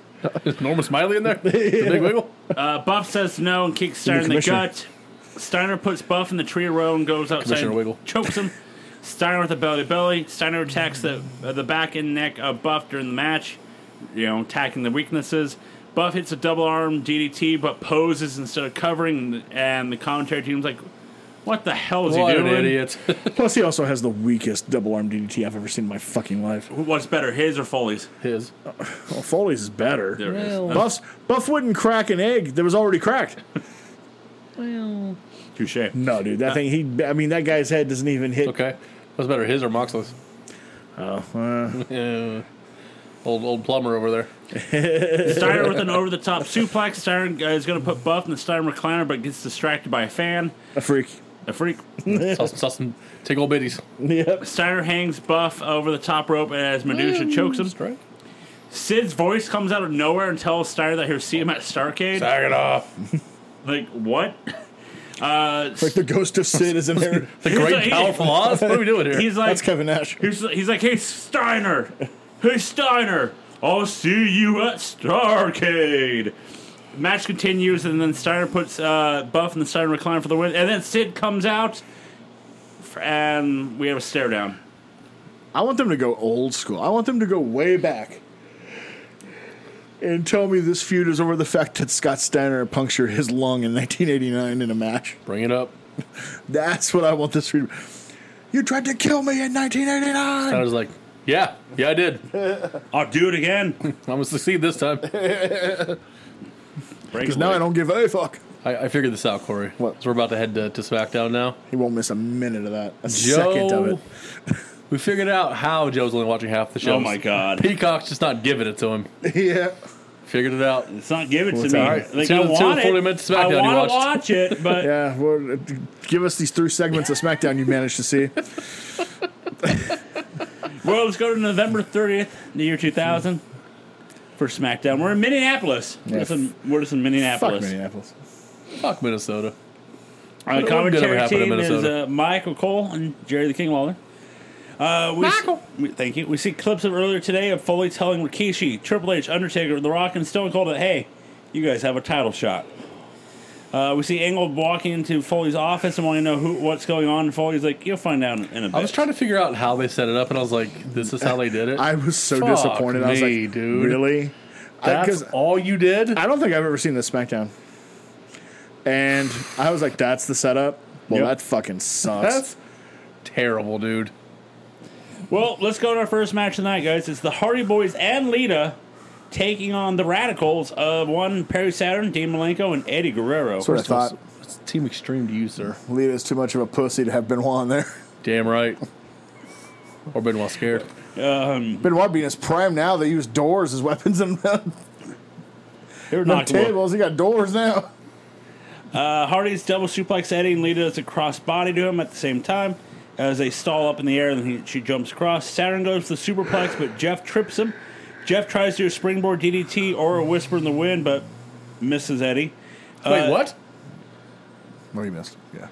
Speaker 3: Is Norma Smiley in there? The big wiggle?
Speaker 1: Uh, Buff says no and kicks Steiner in the
Speaker 2: commissioner.
Speaker 1: gut. Steiner puts Buff in the tree row and goes outside
Speaker 3: Commissioner
Speaker 1: and
Speaker 3: Wiggle.
Speaker 1: chokes him. Steiner with a belly to belly. Steiner attacks the uh, the back and neck of Buff during the match, you know, attacking the weaknesses. Buff hits a double arm DDT but poses instead of covering, and the commentary team's like, what the hell is
Speaker 3: What
Speaker 1: he
Speaker 3: an
Speaker 1: doing?
Speaker 3: idiot. [LAUGHS]
Speaker 2: Plus, he also has the weakest double arm DDT I've ever seen in my fucking life.
Speaker 1: What's better, his or Foley's?
Speaker 3: His.
Speaker 2: Well, Foley's is better.
Speaker 1: There it is.
Speaker 3: Well.
Speaker 2: Buff's, Buff wouldn't crack an egg that was already cracked.
Speaker 3: Well.
Speaker 1: Touche.
Speaker 2: No, dude, that thing, he, I mean, that guy's head doesn't even hit.
Speaker 3: Okay. What's better, his or Moxley's?
Speaker 2: Uh,
Speaker 3: Yeah. Old, old plumber over there.
Speaker 1: Steiner with an over the top suplex. Steiner is going to put Buff in the Steiner recliner but gets distracted by a fan.
Speaker 2: a freak.
Speaker 1: [LAUGHS] A freak.
Speaker 3: Saw, saw some take old biddies.
Speaker 2: Yep.
Speaker 1: Steiner hangs Buff over the top rope as Medusa chokes him.
Speaker 3: Strike.
Speaker 1: Sid's voice comes out of nowhere and tells Steiner that he'll see him at Starcade.
Speaker 3: Tag it off.
Speaker 1: [LAUGHS] Like, what? Uh,
Speaker 2: Like the ghost of Sid is in
Speaker 1: [LAUGHS]
Speaker 2: there.
Speaker 3: The
Speaker 1: He's
Speaker 3: great
Speaker 1: like-
Speaker 3: powerful Oz? What are we doing here?
Speaker 1: he's like,
Speaker 2: That's Kevin Nash.
Speaker 1: he's, he's like, hey, Steiner! Hey, Steiner! I'll see you at Starcade! Match continues, and then Steiner puts uh, Buff in the Steiner recliner for the win. And then Sid comes out, f- and we have a stare down.
Speaker 2: I want them to go old school. I want them to go way back and tell me this feud is over the fact that Scott Steiner punctured his lung in 1989 in a match.
Speaker 3: Bring it up.
Speaker 2: That's what I want this feud. You tried to kill me in 1989.
Speaker 3: I was like, yeah, yeah, I did.
Speaker 1: I'll do it [LAUGHS] again.
Speaker 3: I'm going to succeed this time.
Speaker 2: Because now I don't give a fuck.
Speaker 3: I, I figured this out, Corey.
Speaker 2: What?
Speaker 3: So we're about to head to, to SmackDown now.
Speaker 2: He won't miss a minute of that. A
Speaker 3: Joe,
Speaker 2: second of it.
Speaker 3: we figured out how Joe's only watching half the show.
Speaker 1: Oh my God.
Speaker 3: Peacock's just not giving it to him. [LAUGHS]
Speaker 2: Yeah.
Speaker 3: Figured it out.
Speaker 1: It's not give it to
Speaker 2: it's
Speaker 1: me.
Speaker 2: all right.
Speaker 1: Like,
Speaker 3: Two-
Speaker 1: I
Speaker 3: two
Speaker 1: want it.
Speaker 3: 40 minutes of
Speaker 1: I
Speaker 3: SmackDown you
Speaker 1: want
Speaker 3: watched.
Speaker 1: to watch
Speaker 3: [LAUGHS]
Speaker 1: it, but
Speaker 2: Yeah. Well, uh, give us these three segments of SmackDown you managed to
Speaker 3: [LAUGHS]
Speaker 2: see.
Speaker 1: well, let's go to November 30th, the year 2000, for SmackDown. We're in Minneapolis. We're, just in, we're just in
Speaker 2: Fuck
Speaker 1: Minneapolis.
Speaker 2: Minneapolis.
Speaker 3: Fuck Minnesota.
Speaker 1: Our
Speaker 3: What- what good ever
Speaker 1: commentary
Speaker 3: happened in
Speaker 1: team is
Speaker 3: Minnesota?
Speaker 1: uh, Michael Cole and Jerry the King Lawler. Uh, we s-
Speaker 3: Michael.
Speaker 1: we- thank you. We see clips of earlier today of Foley telling Rikishi, Triple H, Undertaker, The Rock, and Stone Cold that, hey, you guys have a title shot. Uh, we see Angle walking into Foley's office and wanting to know who, what's going on. And Foley's like, you'll find out in, in a bit.
Speaker 3: I was trying to figure out how they set it up, and I was like, "This is how they did
Speaker 2: [LAUGHS]
Speaker 3: it."
Speaker 2: I was so
Speaker 3: Fuck
Speaker 2: disappointed. I was like,
Speaker 3: me, dude.
Speaker 2: really?
Speaker 3: That's
Speaker 2: Because I,
Speaker 3: all you did.
Speaker 2: don't think I've ever seen this SmackDown. And I was like, that's the setup. Well,
Speaker 3: Yep.
Speaker 2: that fucking sucks.
Speaker 3: That's terrible, dude.
Speaker 1: Well, let's go to our first match tonight, guys. It's the Hardy Boys and Lita taking on the Radicals of one Perry Saturn, Dean Malenko, and Eddie Guerrero.
Speaker 2: That's what I thought.
Speaker 3: What's Team Extreme to you, sir?
Speaker 2: Lita's too much of a pussy to have Benoit on there.
Speaker 3: Damn right. Or Benoit scared.
Speaker 2: [LAUGHS] Benoit being his prime now. They use doors as weapons and [LAUGHS]
Speaker 1: They were
Speaker 2: no
Speaker 1: knocking them
Speaker 2: tables. He got doors now.
Speaker 1: Uh, Hardy's double suplex Eddie and Lita does a crossbody to him at the same time as they stall up in the air and he, she jumps across. Saturn goes for the superplex, but Jeff trips him. Jeff tries to do a springboard DDT or a whisper in the wind, but misses Eddie.
Speaker 3: Wait, what?
Speaker 2: No, he missed. Yeah.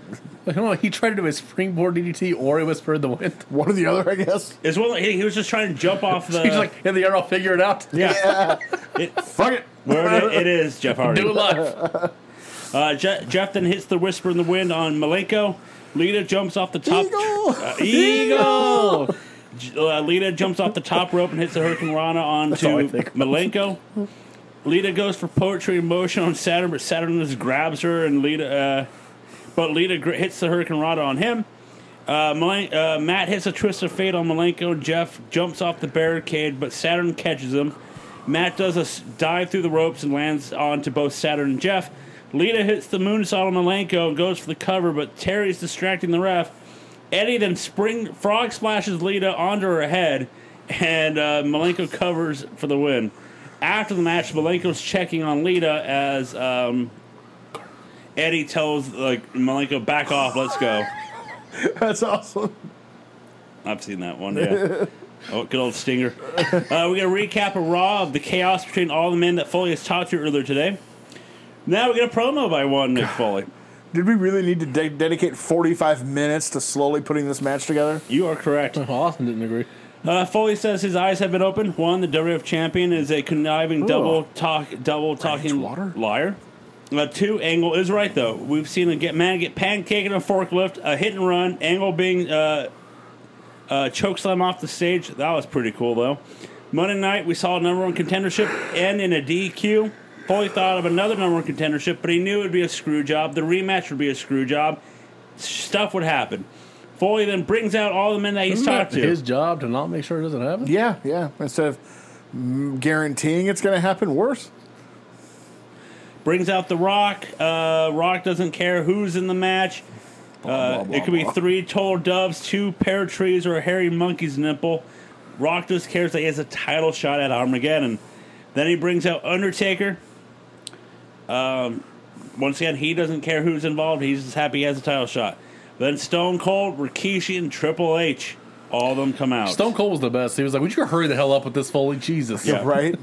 Speaker 3: Like, hold on, he tried to do a springboard DDT or he whispered in the wind.
Speaker 2: One or the other, I guess.
Speaker 1: It's one, he, he was just trying to jump off the.
Speaker 3: [LAUGHS] He's like, in the air, I'll figure it out. [LAUGHS]
Speaker 1: yeah, It,
Speaker 2: Fuck it.
Speaker 1: where it- it is, Jeff Hardy.
Speaker 3: Do it [LAUGHS] live.
Speaker 1: Uh, Je- Jeff then hits the whisper in the wind on Malenko. Lita jumps off the top.
Speaker 2: [LAUGHS] Eagle!
Speaker 1: Uh, [LAUGHS] Eagle! J- uh, Lita jumps off the top rope and hits the Hurricane Rana onto
Speaker 3: all I think.
Speaker 1: Malenko. Lita goes for poetry in motion on Saturn, but Saturn just grabs her and Lita. Uh, but Lita gr- hits the Hurricane Rana on him. Uh, Malen- uh, Matt hits a twist of fate on Malenko. Jeff jumps off the barricade, but Saturn catches him. Matt does a s- dive through the ropes and lands onto both Saturn and Jeff. Lita hits the moonsault on Malenko and goes for the cover, but Terry's distracting the ref. Eddie then spring frog splashes Lita onto her head, and uh, Malenko covers for the win. After the match, Malenko's checking on Lita as um, Eddie tells like Malenko, "Back off, let's go."
Speaker 2: That's awesome.
Speaker 1: I've seen that one. Yeah. Oh, good old Stinger. Uh, we got a recap of Raw of the chaos between all the men that Foley has talked to earlier today. Now we get a promo by one Nick Foley.
Speaker 2: Did we really need to de- dedicate 45 minutes to slowly putting this match together?
Speaker 1: You are correct.
Speaker 3: Austin didn't agree.
Speaker 1: Uh, Foley says his eyes have been open. One, the WF champion is a conniving double talk, double talking
Speaker 2: water?
Speaker 1: liar. Uh, two, Angle is right though. We've seen a get man get pancaked in a forklift, a hit and run. Angle being uh, uh, chokeslam off the stage. That was pretty cool though. Monday night we saw a number one contendership end in a DQ. Foley thought of another number one contendership, but he knew it would be a screw job. The rematch would be a screw job. Stuff would happen. Foley then brings out all the men that he's
Speaker 3: Isn't
Speaker 1: talked
Speaker 3: that
Speaker 1: to.
Speaker 3: His job to not make sure it doesn't happen?
Speaker 2: Yeah, yeah. Instead of mm, guaranteeing it's going to happen, worse.
Speaker 1: brings out the Rock. Uh, Rock doesn't care who's in the match. Uh,
Speaker 2: blah,
Speaker 1: it could be
Speaker 2: [LAUGHS] blah.
Speaker 1: three tall doves, two pear trees, or a hairy monkey's nipple. Rock just cares that he has a title shot at Armageddon. Then he brings out Undertaker. Um, once again, he doesn't care who's involved. He's just happy he has a title shot. Then Stone Cold, Rikishi, and Triple H. All of them come out.
Speaker 3: Stone Cold was the best. He was like, would you hurry the hell up with this Foley? Jesus.
Speaker 1: Yeah.
Speaker 2: Right?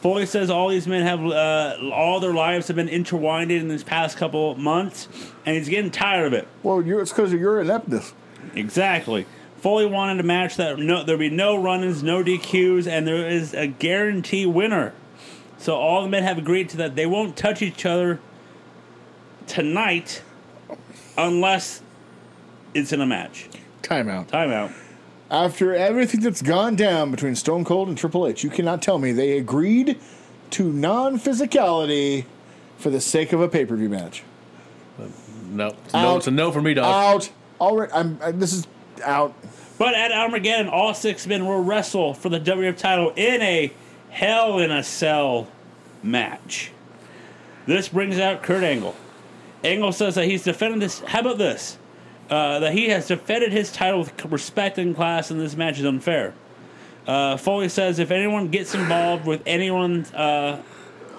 Speaker 1: Foley says all these men have uh, all their lives have been intertwined in these past couple months, and he's getting tired of it.
Speaker 2: well, you it's because of your ineptness.
Speaker 1: Exactly. Foley wanted a match that no, there'd be no run-ins, no DQs, and there is a guarantee winner. So all the men have agreed to that. They won't touch each other tonight unless it's in a match.
Speaker 2: Timeout.
Speaker 1: Timeout.
Speaker 2: After everything that's gone down between Stone Cold and Triple H, you cannot tell me they agreed to non physicality for the sake of a pay per view match.
Speaker 3: No. It's a no,
Speaker 2: Out.
Speaker 3: it's a no for me, dog.
Speaker 2: Out. Already, I'm, I, this is out.
Speaker 1: But at Armageddon, all six men will wrestle for the WF title in a Hell in a Cell match. This brings out Kurt Angle. Angle says that he's defended this. How about this? Uh, that he has defended his title with respect and class, and this match is unfair. Uh, Foley says if anyone gets involved with anyone, uh,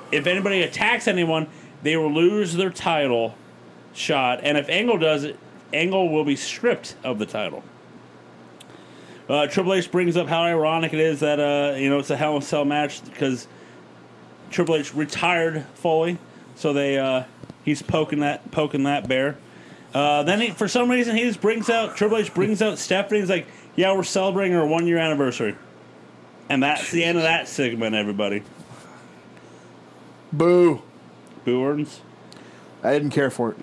Speaker 1: if anybody attacks anyone, they will lose their title shot, and if Angle does it, Angle will be stripped of the title. Uh, Triple H brings up how ironic it is that uh, you know it's a Hell in a Cell match because Triple H retired Foley, so they uh, he's poking that poking that bear. Uh, then he, for some reason he just brings out Triple H brings out Stephanie. He's like, "Yeah, we're celebrating our one year anniversary," and that's the end of that segment. Everybody,
Speaker 2: Boo.
Speaker 1: boo earns.
Speaker 2: I didn't care for it.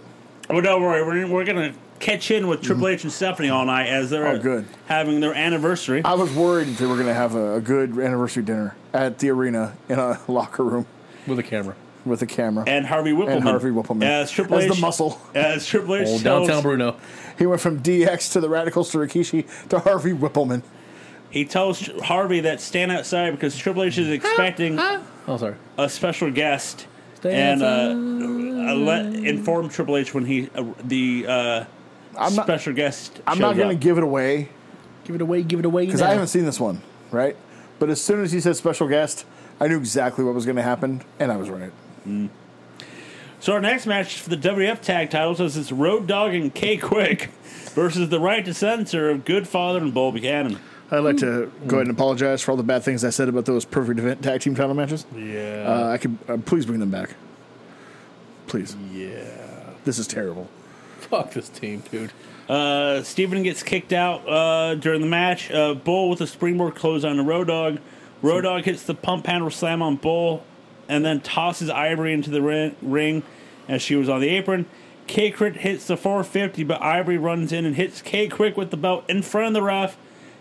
Speaker 1: Well, don't worry, we're, we're gonna catch in with Triple H and Stephanie all night as they're
Speaker 2: Oh, good.
Speaker 1: having their anniversary.
Speaker 2: I was worried they were going to have a, a good anniversary dinner at the arena in a [LAUGHS] locker room
Speaker 3: with a camera.
Speaker 2: with a camera.
Speaker 1: and Harvey Whippleman.
Speaker 2: And Harvey Whippleman.
Speaker 1: As Triple
Speaker 2: As
Speaker 1: H.
Speaker 2: the muscle.
Speaker 1: As Triple H.
Speaker 3: Old
Speaker 1: tells-
Speaker 3: downtown Bruno.
Speaker 2: he went from DX to the Radicals to Rikishi to Harvey Whippleman.
Speaker 1: He tells Harvey that stand outside because Triple H is expecting
Speaker 3: Oh, sorry.
Speaker 1: a special guest
Speaker 3: Stay
Speaker 1: and uh, uh, let inform Triple H when he uh, the uh,
Speaker 2: I'm not,
Speaker 1: special guest.
Speaker 2: I'm not going to give it away
Speaker 3: Give it away. Give it away.
Speaker 2: because I haven't seen this one, right? But as soon as he said special guest, I knew exactly what was going to happen, and I was right.
Speaker 1: So our next match for the WF Tag Titles is it's Road Dog and K Quick [LAUGHS] versus the Right to Censor of Good Father and Bull Buchanan.
Speaker 2: I'd like to go ahead and apologize for all the bad things I said about those perfect event tag team title matches.
Speaker 3: Yeah.
Speaker 2: Uh, I could uh, please bring them back. Please,
Speaker 3: yeah.
Speaker 2: this is terrible.
Speaker 3: Fuck this team, dude.
Speaker 1: Uh, Steven gets kicked out uh, during the match. Uh, Bull with a springboard close on the Road Dog. Road Dog hits the pump handle slam on Bull and then tosses Ivory into the ri- ring as she was on the apron. K Crit hits the 450, but Ivory runs in and hits K Quick with the belt in front of the ref,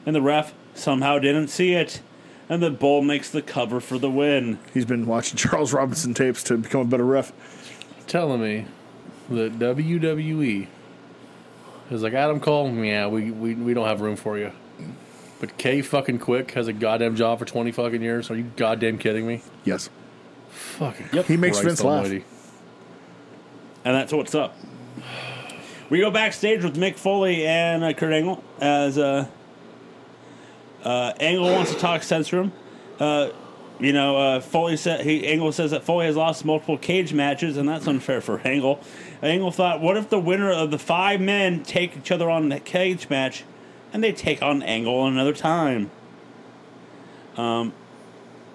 Speaker 1: and the ref somehow didn't see it. And then Bull makes the cover for the win.
Speaker 2: He's been watching [LAUGHS] Charles Robinson tapes to become a better ref.
Speaker 3: Telling me that WWE is like Adam Cole. Yeah, we, we we don't have room for you. But K fucking Quick has a goddamn job for twenty fucking years. Are you goddamn kidding me?
Speaker 2: Yes,
Speaker 3: Fucking.
Speaker 1: Yep.
Speaker 2: he makes
Speaker 3: Christ
Speaker 2: Vince laugh.
Speaker 3: almighty.
Speaker 1: And that's what's up. We go backstage with Mick Foley and uh, Kurt Angle as uh, uh, Angle wants to talk sense to him. Uh, you know, uh, Foley said he Angle says that Foley has lost multiple cage matches, and that's unfair for Angle. Angle thought, what if the winner of the five men take each other on the cage match, and they take on Angle another time? Um,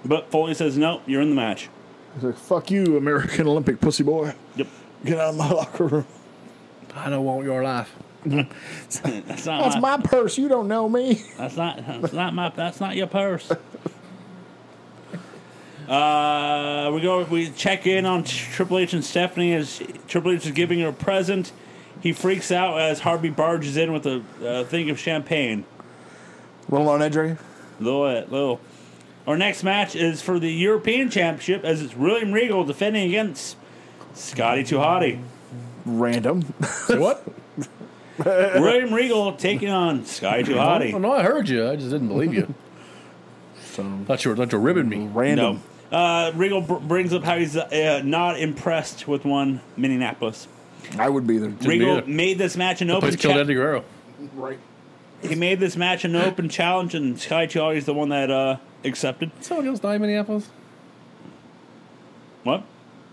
Speaker 1: but Foley says, nope, you're in the match.
Speaker 2: He's like, "Fuck you, American Olympic pussy boy.
Speaker 1: Yep,
Speaker 2: Get out of my locker room.
Speaker 3: I don't want your life.
Speaker 1: that's not
Speaker 2: That's
Speaker 1: my-
Speaker 2: my purse. You don't know me."
Speaker 1: That's not that's not my that's not your purse. Uh, we go we check in on Triple H and Stephanie as Triple H is giving her a present. He freaks out as Harvey barges in with a uh, thing of champagne.
Speaker 2: Little on edge, are you?
Speaker 1: Little uh, little. Our next match is for the European Championship as it's William Regal defending against Scotty Too Hotty.
Speaker 2: Random.
Speaker 3: Say what?
Speaker 1: William Regal taking on Scotty Too
Speaker 3: [LAUGHS] Oh,
Speaker 1: Hotty.
Speaker 3: no, I heard you. I just didn't believe you.
Speaker 2: so
Speaker 3: thought you were thought you were ribbing me.
Speaker 1: No.
Speaker 2: random.
Speaker 1: Uh, Regal br- brings up how he's uh, not impressed with one Minneapolis.
Speaker 2: I would be there.
Speaker 1: Regal
Speaker 3: either.
Speaker 1: made this match an
Speaker 3: Place
Speaker 1: open
Speaker 3: killed
Speaker 1: cha-
Speaker 3: Eddie Guerrero.
Speaker 2: Right.
Speaker 1: he made this match an open challenge and Sky Chari is the one that uh, accepted.
Speaker 3: Did someone else die in Minneapolis?
Speaker 1: What?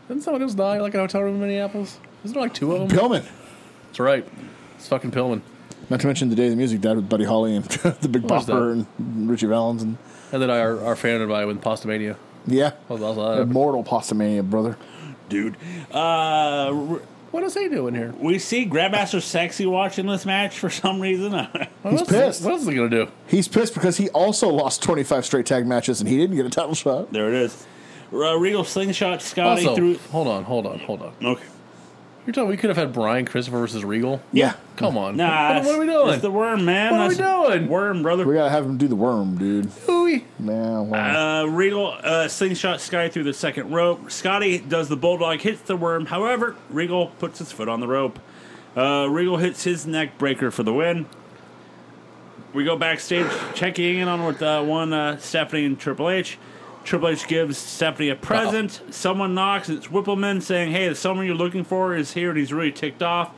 Speaker 3: Didn't someone else die like in a hotel room in Minneapolis? Isn't there like two of them?
Speaker 2: Pillman.
Speaker 3: That's right. It's fucking Pillman.
Speaker 2: Not to mention the day the music died with Buddy Holly and [LAUGHS] the Big
Speaker 3: What was
Speaker 2: Bopper and Richie Valens and
Speaker 3: And then our our fan invited with Postomania.
Speaker 2: yeah,
Speaker 3: That was- that was-
Speaker 2: immortal Postamania, brother.
Speaker 1: Dude. Uh, r-
Speaker 3: What is he doing here?
Speaker 1: we see Grandmaster Sexy watching this match for some reason. [LAUGHS]
Speaker 3: What else-
Speaker 2: pissed.
Speaker 3: What else is he gonna do?
Speaker 2: He's pissed because he also lost 25 straight tag matches and he didn't get a title shot.
Speaker 1: there it is. Uh, Regal slingshot Scotty
Speaker 3: Also,
Speaker 1: through.
Speaker 3: hold on, hold on, hold on.
Speaker 1: Okay.
Speaker 3: You're talking we could have had Brian Christopher versus Regal.
Speaker 2: Yeah,
Speaker 3: Come on.
Speaker 1: Nah,
Speaker 3: what, what are we
Speaker 1: It's the
Speaker 3: doing?
Speaker 1: worm, man.
Speaker 3: What are we
Speaker 1: That's-
Speaker 3: doing?
Speaker 1: Worm, brother.
Speaker 2: we gotta have him do the worm, dude.
Speaker 3: Ooey.
Speaker 2: Man, well,
Speaker 1: Uh, Regal uh, slingshot Sky through the second rope. Scotty does the bulldog, hits the worm. However, Regal puts his foot on the rope. Uh, Regal hits his neck breaker for the win. We go backstage, checking in on with uh, one uh, Stephanie and Triple H. Triple H gives Stephanie a present. Someone knocks. It's Whippleman saying, "Hey, someone you're looking for is here," and he's really ticked off.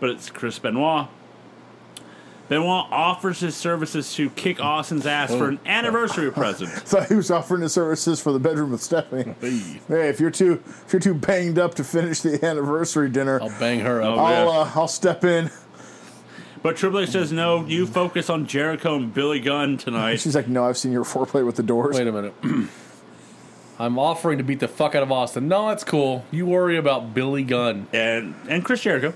Speaker 1: But it's Chris Benoit. Benoit offers his services to kick Austin's ass for an anniversary present.
Speaker 2: So he was offering his services for the bedroom with Stephanie. Hey, if you're too if you're too banged up to finish the anniversary dinner,
Speaker 3: I'll bang her up.
Speaker 1: Oh,
Speaker 2: I'll
Speaker 1: yeah.
Speaker 2: uh, I'll step in.
Speaker 1: But Triple H says, "No, you focus on Jericho and Billy Gunn tonight."
Speaker 2: [LAUGHS] She's like, "No, I've seen your foreplay with the doors."
Speaker 3: Wait a minute. [CLEARS THROAT] I'm offering to beat the fuck out of Austin. No, that's cool. You worry about Billy Gunn.
Speaker 1: and and Chris Jericho.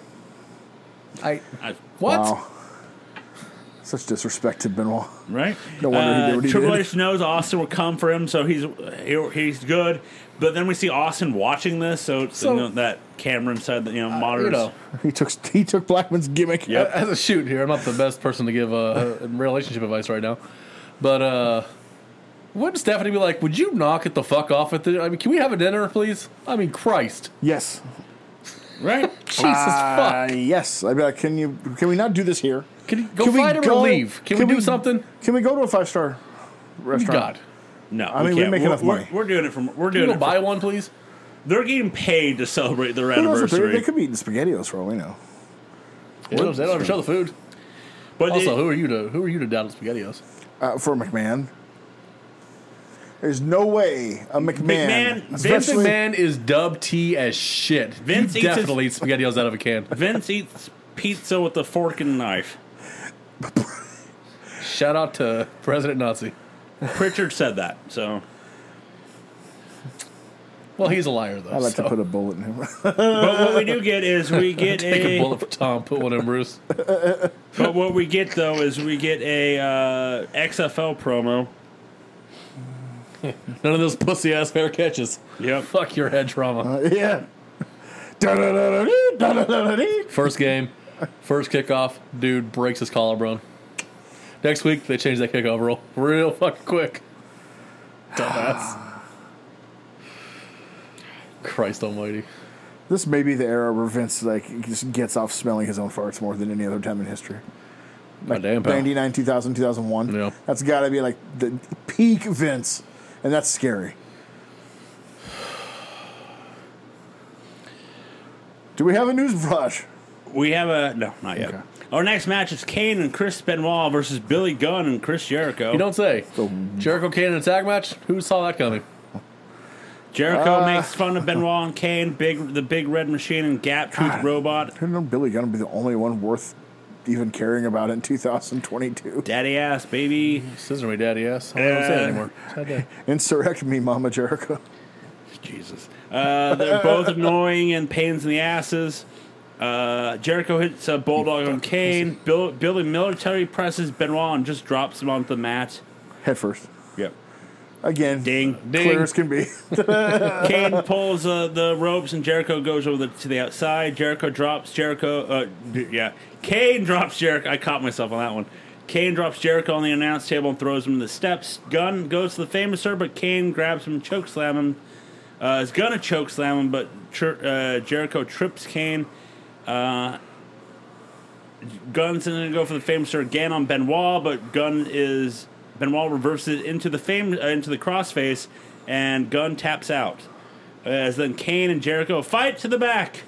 Speaker 3: I
Speaker 1: I-
Speaker 3: what?
Speaker 2: Wow, such disrespect to Benoit.
Speaker 1: Right?
Speaker 2: No wonder he did
Speaker 1: Uh,
Speaker 2: what he
Speaker 1: Triple
Speaker 2: did.
Speaker 1: H knows Austin will come for him, so he's he, he's good. But then we see Austin watching this, so, it's,
Speaker 3: So-
Speaker 1: you know, that camera inside the you know
Speaker 2: Uh,
Speaker 1: monitors.
Speaker 3: You know,
Speaker 2: He took he took Blackman's gimmick.
Speaker 1: Yep.
Speaker 3: as a shoot here, I'm not the best person to give uh, relationship advice right now, but uh, wouldn't Stephanie be like, "Would you knock it the fuck off at the? I mean, can we have a dinner, please? I mean, Christ,
Speaker 2: Yes.
Speaker 1: right?
Speaker 2: [LAUGHS]
Speaker 3: Jesus
Speaker 2: Uh,
Speaker 3: fuck!
Speaker 2: yes. I bet. Can you? Can we not do this here?
Speaker 3: Can you go
Speaker 2: can we
Speaker 3: fight him
Speaker 2: go-
Speaker 3: or leave? Can,
Speaker 2: can
Speaker 3: we do
Speaker 2: we-
Speaker 3: something?
Speaker 2: Can we go to a five star restaurant?
Speaker 3: God,
Speaker 1: No,
Speaker 2: I mean, we
Speaker 1: can't.
Speaker 2: make enough
Speaker 1: we're,
Speaker 2: money.
Speaker 1: We're, we're doing it from we're
Speaker 3: can
Speaker 1: doing
Speaker 3: you
Speaker 1: it.
Speaker 3: go
Speaker 1: From,
Speaker 3: buy one, please?
Speaker 1: they're getting paid to celebrate their
Speaker 2: Who knows if they're-
Speaker 1: anniversary.
Speaker 2: they could be eating SpaghettiOs for all we know.
Speaker 3: They don't, they don't ever show the food.
Speaker 1: but
Speaker 3: Also,
Speaker 1: it-
Speaker 3: who are you to who are you to doubt SpaghettiOs?
Speaker 2: Uh, for McMahon, there's no way a McMahon,
Speaker 1: McMahon-
Speaker 3: Vince
Speaker 2: especially
Speaker 3: McMahon is dub T as shit.
Speaker 1: Vince
Speaker 3: he
Speaker 1: eats his-
Speaker 3: definitely eats SpaghettiOs out of a can.
Speaker 1: Vince eats pizza with a fork and knife.
Speaker 3: Shout out to President Nazi.
Speaker 1: Pritchard said that.
Speaker 2: [LAUGHS]
Speaker 1: So,
Speaker 3: Well, he's a liar though.
Speaker 2: I like
Speaker 3: so.
Speaker 2: to put a bullet in him. [LAUGHS]
Speaker 1: but what we do get is we get
Speaker 3: [LAUGHS] Take
Speaker 1: a
Speaker 3: a bullet for Tom. Put one in Bruce.
Speaker 1: But what we get though is we get a uh, XFL promo.
Speaker 3: None of those pussy ass fair catches.
Speaker 1: Yep.
Speaker 3: Fuck your head trauma.
Speaker 2: yeah. Da-da-da-da-dee, da-da-da-da-dee.
Speaker 3: First game, first kickoff. Dude breaks his collarbone. Next week they change that kickoff rule real fucking quick.
Speaker 2: [SIGHS]
Speaker 3: Dumbass. Christ Almighty.
Speaker 2: This may be the era where Vince like just gets off smelling his own farts more than any other time in history.
Speaker 3: God damn, pal.
Speaker 2: 99, 2000, 2001.
Speaker 3: Yeah.
Speaker 2: That's got to be like the peak Vince, and that's scary. Do we have a news flash?
Speaker 1: We have a no, not yet.
Speaker 2: Okay.
Speaker 1: Our next match is Kane and Chris Benoit versus Billy Gunn and Chris Jericho.
Speaker 3: You don't say.
Speaker 2: So-
Speaker 3: Jericho Kane in a tag match. Who saw that coming?
Speaker 1: Jericho
Speaker 2: Uh.
Speaker 1: makes fun of Benoit and Kane, big the big red machine and Gap Tooth
Speaker 2: God.
Speaker 1: Robot,
Speaker 2: I don't know Billy Gunn would be the only one worth even caring about in 2022.
Speaker 1: Daddy Ass Baby,
Speaker 3: Scissor me, daddy ass. I don't say
Speaker 1: Uh,
Speaker 3: that [LAUGHS] anymore. Sad day.
Speaker 2: Insurrect me, Mama Jericho. [LAUGHS]
Speaker 1: Jesus. Uh, they're both annoying and pains in the asses. Uh, Jericho hits a bulldog on Kane. Bill, Billy military presses Benoit and just drops him onto the mat.
Speaker 2: Head first.
Speaker 1: Yep.
Speaker 2: Again,
Speaker 1: Ding.
Speaker 2: clear
Speaker 3: Ding.
Speaker 2: as can be. [LAUGHS]
Speaker 1: Kane pulls uh, the ropes and Jericho goes over the, to the outside. Jericho drops Jericho. Uh, d- yeah, Kane drops Jericho. I caught myself on that one. Kane drops Jericho on the announce table and throws him to the steps. Gunn goes to the famouser, but Kane grabs him, choke slam him. Uh, is gonna choke slam him, but Jer- uh, Jericho trips Kane. Gunn's going to go for the famouser again on Benoit, but Gunn is Benoit reverses it into the fame uh, into the crossface, and Gunn taps out. As then Kane and Jericho fight to the back.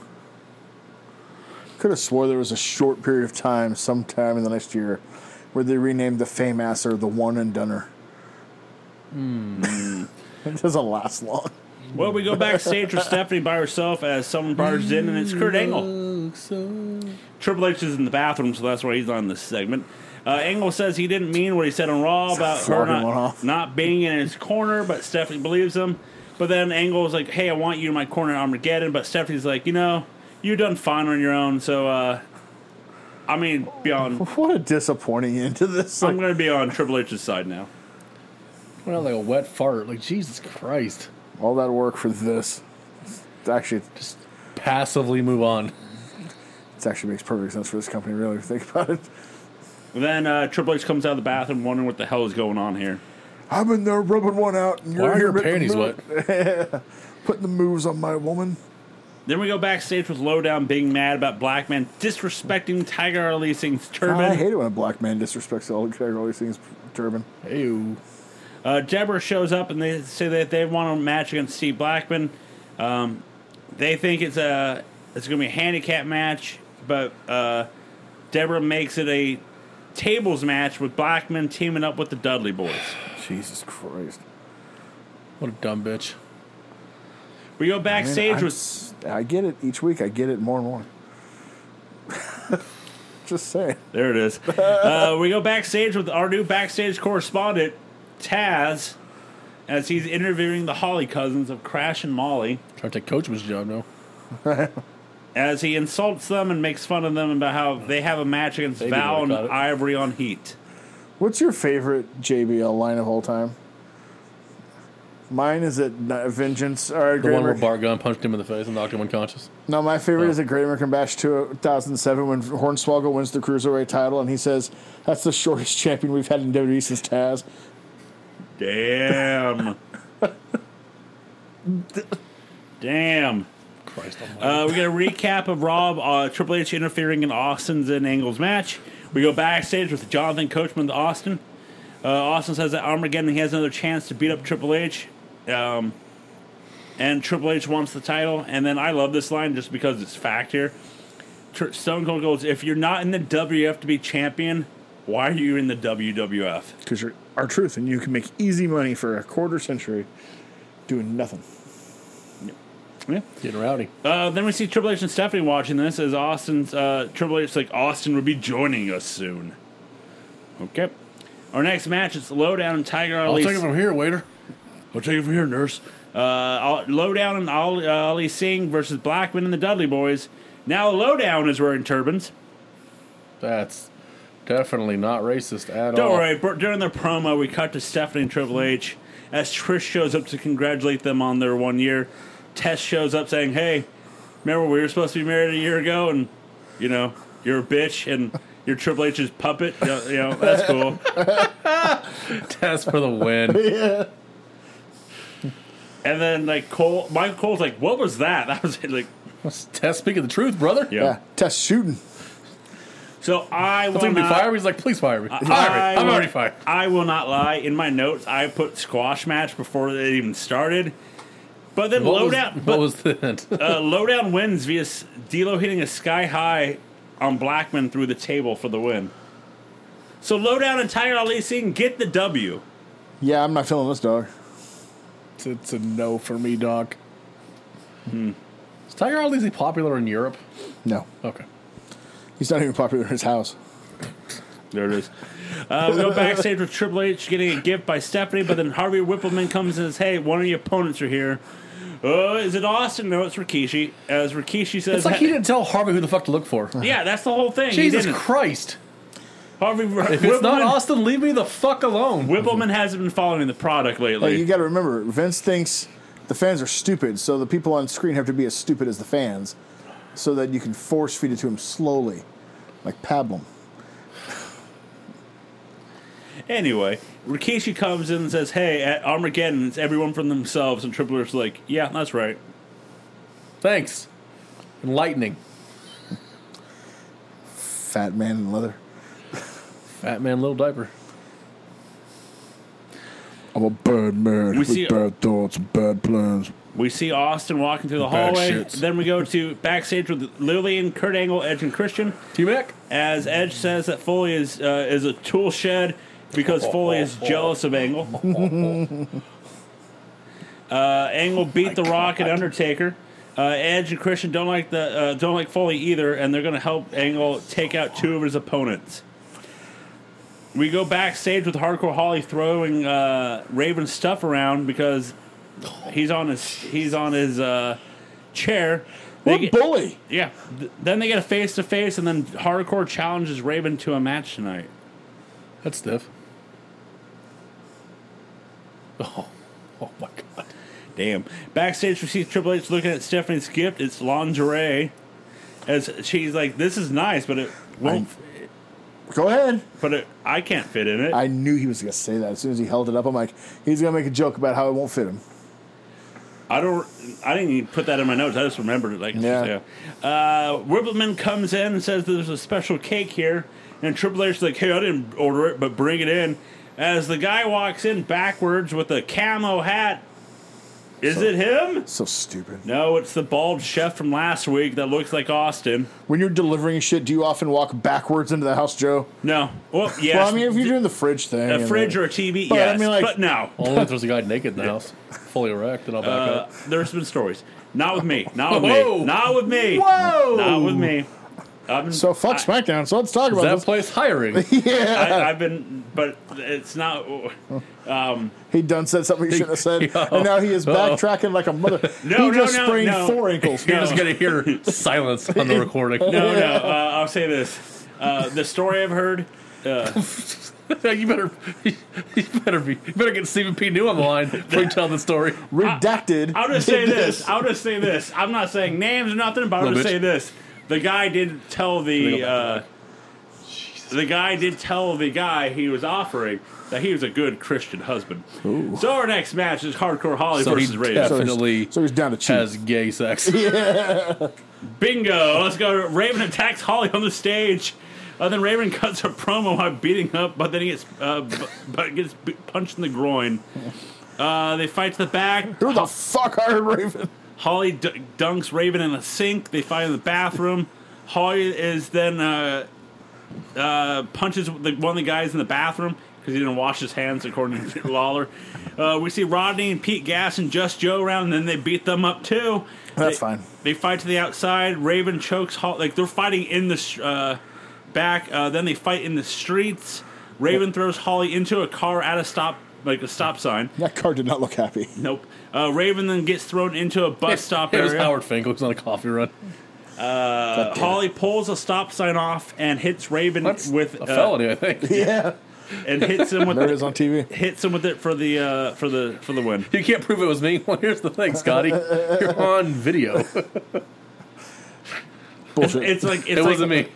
Speaker 2: Could have swore there was a short period of time, sometime in the next year, where they renamed the Fame Asser the One and Dunner.
Speaker 1: Hmm.
Speaker 2: [LAUGHS] it doesn't last long.
Speaker 1: Well, we go backstage with Stephanie by herself as someone barges in, and it's Kurt Angle. Triple H is in the bathroom, so that's why he's on this segment. Uh, Angle says he didn't mean what he said on Raw about her
Speaker 2: Flogging one
Speaker 1: not,
Speaker 2: off.
Speaker 1: not being in his corner, but Stephanie believes him. But then Angle's like, hey, I want you in my corner at Armageddon. But Stephanie's like, you know, you've done fine on your own, so uh, I mean, be
Speaker 2: [LAUGHS]
Speaker 1: on,
Speaker 2: What a disappointing end to this.
Speaker 1: I'm going to be on Triple H's side now.
Speaker 3: Went out like a wet fart. Like Jesus Christ.
Speaker 2: All that work for this. It's actually,
Speaker 3: Just passively move on.
Speaker 2: it actually makes perfect sense for this company, really, if you think about it.
Speaker 1: And then uh, Triple H comes out of the bathroom wondering what the hell is going on here.
Speaker 2: I'm in there rubbing one out, and
Speaker 3: Why
Speaker 2: you're
Speaker 3: are
Speaker 2: here
Speaker 3: your
Speaker 2: making
Speaker 3: panties
Speaker 2: the-
Speaker 3: wet?
Speaker 2: [LAUGHS] putting the moves on my woman.
Speaker 1: Then we go backstage with Lowdown being mad about Black Man disrespecting Tiger Ali Singh's turban.
Speaker 2: I hate it when a black man disrespects all all these things, Turban.
Speaker 3: Ew.
Speaker 1: Uh, Jabber shows up and they say that they want a match against Steve Blackman. Um, they think it's a it's going to be a handicap match, but uh, Deborah makes it a tables match with Blackman teaming up with the Dudley Boys.
Speaker 2: Jesus Christ.
Speaker 3: What a dumb bitch.
Speaker 1: We go
Speaker 2: Man,
Speaker 1: backstage
Speaker 2: I'm
Speaker 1: with
Speaker 2: s- I get it each week. I get it more and more. [LAUGHS] Just saying.
Speaker 1: There it is. uh, we go backstage with our new backstage correspondent, Taz, as he's interviewing the Holly cousins of Crash and Molly,
Speaker 3: Trying to take Coachman's job now.
Speaker 1: as he insults them and makes fun of them about how they have a match against
Speaker 3: They do
Speaker 1: Val
Speaker 3: what
Speaker 1: and
Speaker 3: I thought.
Speaker 1: Ivory on Heat.
Speaker 2: What's your favorite JBL line of all time? Mine is at N- Vengeance or
Speaker 3: The
Speaker 2: Great
Speaker 3: one where
Speaker 2: American.
Speaker 3: Bart Gunn punched him in the face and knocked him unconscious.
Speaker 2: no, my favorite is at Great American Bash 2007 when Hornswoggle wins the Cruiserweight title and he says, "That's the shortest [LAUGHS] champion we've had in WWE since Taz."
Speaker 1: Damn. Damn.
Speaker 3: Christ almighty.
Speaker 1: Uh, we got a recap of Rob uh, Triple H interfering in Austin's and Angle's match. We go backstage with Jonathan Coachman to Austin. Uh, Austin says that Armageddon he has another chance to beat up Triple H, um, and Triple H wants the title. And then I love this line just because it's fact here. Tr- Stone Cold goes, "If you're not in the WF to be champion, why are you in the WWF?"
Speaker 2: Because you're our truth, and you can make easy money for a quarter century doing nothing.
Speaker 1: Yeah.
Speaker 3: Getting rowdy.
Speaker 1: Uh, then we see Triple H and Stephanie watching this as Austin's uh, Triple H like Austin will be joining us soon. Okay. Our next match is Lowdown and Tiger
Speaker 3: I'll
Speaker 1: Ali.
Speaker 3: take it from here, waiter.
Speaker 1: I'll take it from here, nurse. Uh, Al- Lowdown and Ali, uh, Ali Singh versus Blackman and the Dudley Boys. Now Lowdown is wearing turbans.
Speaker 3: That's definitely not racist at
Speaker 1: Don't
Speaker 3: all.
Speaker 1: worry. br- During their promo, we cut to Stephanie and Triple H as Trish shows up to congratulate them on their one year. Tess shows up saying, "Hey, remember we were supposed to be married a year ago, and you know you're a bitch and you're Triple H's puppet. You know, you know, that's
Speaker 3: [LAUGHS]
Speaker 1: cool."
Speaker 3: That's for the win.
Speaker 1: [LAUGHS]
Speaker 2: Yeah.
Speaker 1: and then like Cole, Michael Cole's like, "What was that?" [LAUGHS] That was like,
Speaker 3: Tess speaking the truth, brother.
Speaker 1: yeah.
Speaker 2: Yeah. Test shooting.
Speaker 1: So I
Speaker 3: It's
Speaker 1: will
Speaker 3: gonna be
Speaker 1: not.
Speaker 3: fire. me. He's like, please fire me. Fire
Speaker 1: I
Speaker 3: me. I'm
Speaker 1: will-
Speaker 3: already fired.
Speaker 1: I will not lie. In my notes, I put squash match before it even started. But then
Speaker 3: What was,
Speaker 1: Lowdown,
Speaker 3: what
Speaker 1: but
Speaker 3: was the end?
Speaker 1: Uh, Lowdown wins via S- D'Lo hitting a sky high on Blackman through the table for the win. So Lowdown and Tiger Ali Singh get the W.
Speaker 2: Yeah, I'm not feeling this dog. It's, it's a no for me, dog.
Speaker 3: Is Tiger Ali's popular in Europe?
Speaker 2: No,
Speaker 3: Okay.
Speaker 2: he's not even popular in his house.
Speaker 1: There it is. Uh, we go backstage with Triple H getting a gift by Stephanie, but then Harvey Whippleman comes and says, "Hey, one of your opponents are here." Oh, is it Austin? No, it's Rikishi. As Rikishi says,
Speaker 3: It's like he didn't tell Harvey who the fuck to look for.
Speaker 1: "Yeah, that's the whole thing." He
Speaker 3: Jesus
Speaker 1: didn't.
Speaker 3: Christ.
Speaker 1: Harvey
Speaker 3: If it's not
Speaker 1: Whippleman,
Speaker 3: Austin, leave me the fuck alone.
Speaker 1: Whippleman hasn't been following the product
Speaker 2: Like,
Speaker 1: lately.
Speaker 2: you got to remember, Vince thinks the fans are stupid, so the people on screen have to be as stupid as the fans, so that you can force feed it to him slowly, like pablum.
Speaker 1: Anyway, Rikishi comes in and says, "Hey, at Armageddon, it's everyone for themselves." And Triple H's like, "Yeah, that's right."
Speaker 3: Thanks. Enlightening.
Speaker 2: Fat man in leather.
Speaker 3: Fat man, little diaper.
Speaker 2: I'm a bad man
Speaker 1: We see-
Speaker 2: thoughts, and bad plans.
Speaker 1: We see Austin walking through the
Speaker 3: Bad
Speaker 1: hallway.
Speaker 3: shits.
Speaker 1: Then we go to backstage with Lillian, Kurt Angle, Edge, and Christian.
Speaker 3: T Mac?
Speaker 1: As Edge says that Foley is uh, is a tool shed because Foley is jealous of Angle. [LAUGHS] uh, Angle beat The Rock and Undertaker. Uh, Edge and Christian don't like the uh, don't like Foley either, and they're going to help Angle take out two of his opponents. We go backstage with Hardcore Holly throwing uh, Raven's stuff around because he's on his he's on his uh, chair. They
Speaker 2: What
Speaker 1: get-
Speaker 2: bully?
Speaker 1: yeah. Th- then they get a face to face, and then Hardcore challenges Raven to a match tonight.
Speaker 3: That's stiff. [LAUGHS] Oh, oh my god.
Speaker 1: Damn. Backstage, we see Triple H looking at Stephanie's gift. It's lingerie. As she's like, "This is nice, but it won't.
Speaker 2: Go ahead.
Speaker 1: but it, I can't fit in it."
Speaker 2: I knew he was gonna say that as soon as he held it up. I'm like, he's gonna make a joke about how it won't fit him.
Speaker 1: I don't. I didn't even put that in my notes. I just remembered it. Like, it's
Speaker 2: Yeah.
Speaker 1: just, yeah. Uh, Rippleman comes in and says there's a special cake here, and Triple H's like, "Hey, I didn't order it, but bring it in." as the guy walks in backwards with a camo hat. Is it him?
Speaker 2: So stupid.
Speaker 1: No, it's the bald chef from last week that looks like Austin.
Speaker 2: When you're delivering shit, do you often walk backwards into the house, Joe?
Speaker 1: No. Well, yes.
Speaker 2: Well, I mean, if you're doing the fridge thing,
Speaker 1: a
Speaker 2: and
Speaker 1: fridge
Speaker 2: the-
Speaker 1: or a TV,
Speaker 2: But I
Speaker 1: yes.
Speaker 2: mean, like-
Speaker 1: but no.
Speaker 3: Only if there's a guy naked in the house, fully erect, and I'll back
Speaker 1: Uh,
Speaker 3: up.
Speaker 1: there's been stories. Not with me. Not with
Speaker 3: Whoa.
Speaker 1: me. Not with me.
Speaker 2: Whoa.
Speaker 1: Not with me. I've been,
Speaker 2: so fuck SmackDown. So let's talk
Speaker 3: Is
Speaker 2: about
Speaker 3: that
Speaker 2: this.
Speaker 3: place
Speaker 2: [LAUGHS]
Speaker 3: hiring? [LAUGHS]
Speaker 1: I, I've been, but it's not. oh,
Speaker 2: He done said something he shouldn't
Speaker 1: [LAUGHS]
Speaker 2: have said,
Speaker 3: Yo.
Speaker 2: and now he is
Speaker 3: Uh-oh.
Speaker 2: backtracking like a mother.
Speaker 1: Oh. No,
Speaker 2: he
Speaker 1: no,
Speaker 2: just
Speaker 1: no, [LAUGHS]
Speaker 2: sprained
Speaker 1: no.
Speaker 2: four ankles.
Speaker 3: You're just
Speaker 2: [LAUGHS]
Speaker 3: gonna hear silence on the recording. [LAUGHS]
Speaker 1: No, no. Uh, I'll say this. Uh, the story I've heard.
Speaker 3: you better, [LAUGHS] you better be, you better get Stephen P. New on the line before you tell the story.
Speaker 2: Redacted.
Speaker 1: I'll just
Speaker 2: did
Speaker 3: [LAUGHS]
Speaker 2: [LAUGHS]
Speaker 1: say this. I'll just say this. I'm not saying names or nothing, but I'll
Speaker 3: Little
Speaker 1: just
Speaker 3: bitch.
Speaker 1: say this. The guy did tell
Speaker 3: Let me
Speaker 1: the
Speaker 3: go back
Speaker 1: uh, the guy did tell the guy he was offering that he was a good Christian husband. So our next match is Hardcore Holly
Speaker 3: So he
Speaker 1: versus Raven.
Speaker 2: So he's-
Speaker 3: Definitely
Speaker 2: So he's down to cheat.
Speaker 3: Has
Speaker 2: [LAUGHS]
Speaker 3: gay sex.
Speaker 1: Bingo! Let's go. Raven attacks Holly on the stage. Uh, then Raven [LAUGHS] cuts a promo by beating up, but then he gets uh, bu- but gets b- punched in the groin. Uh, they fight to the back.
Speaker 2: Who the fuck are Raven?
Speaker 1: Holly d- dunks Raven in a sink. They fight in the bathroom. Holly is then uh, uh, punches the, one of the guys in the bathroom because he didn't wash his hands, according to [LAUGHS] Lawler. Uh, we see Rodney and Pete Gas and Just Joe around, and then they beat them up too.
Speaker 2: That's
Speaker 1: They-
Speaker 2: fine.
Speaker 1: They fight to the outside. Raven chokes Holly. Like they're fighting in the sh- uh, back. Uh, then they fight in the streets. Raven throws Holly into a car at a stop, like a stop sign.
Speaker 2: That car did not look happy.
Speaker 1: Nope. Uh, Raven then gets thrown into a bus stop
Speaker 3: It
Speaker 1: area.
Speaker 3: was Howard Finkel. He was on a coffee run.
Speaker 1: Uh, Holly pulls a stop sign off and hits Raven
Speaker 3: That's
Speaker 1: with
Speaker 3: a
Speaker 1: uh,
Speaker 3: felony, I think.
Speaker 2: Yeah.
Speaker 1: and hits
Speaker 2: [LAUGHS]
Speaker 1: him with
Speaker 2: There it is on TV.
Speaker 1: hits him with it for the uh, for the for the win.
Speaker 3: You can't prove it was me. [LAUGHS] Well, here's the thing, Scotty. You're
Speaker 2: [LAUGHS]
Speaker 3: on video. It
Speaker 2: Bullshit.
Speaker 1: It's like it's like,
Speaker 2: [LAUGHS]
Speaker 3: wasn't me.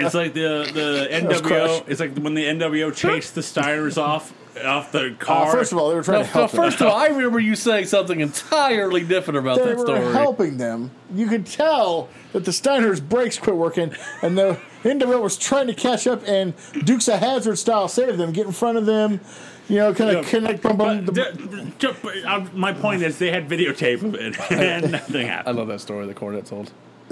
Speaker 1: It's like the the
Speaker 2: Crush.
Speaker 1: NWO. It's like when the NWO chased the Steiners off off the
Speaker 2: Uh,
Speaker 1: car.
Speaker 2: first of all, they were trying
Speaker 3: Now,
Speaker 2: to help them.
Speaker 3: first of all, I remember you saying something entirely different about
Speaker 2: They
Speaker 3: that
Speaker 2: were
Speaker 3: story.
Speaker 2: helping them. You could tell that the Steiner's brakes quit working, and the NWO was trying to catch up, and Dukes of Hazard style saved them, get in front of them, you know, kind of
Speaker 1: Yeah.
Speaker 2: connect, bum, bum,
Speaker 1: but
Speaker 2: the-
Speaker 1: the- ju- but, uh, my point is they had videotape of
Speaker 2: [LAUGHS]
Speaker 1: it [LAUGHS] and nothing
Speaker 3: I
Speaker 1: happened.
Speaker 3: love that story the Cornette told.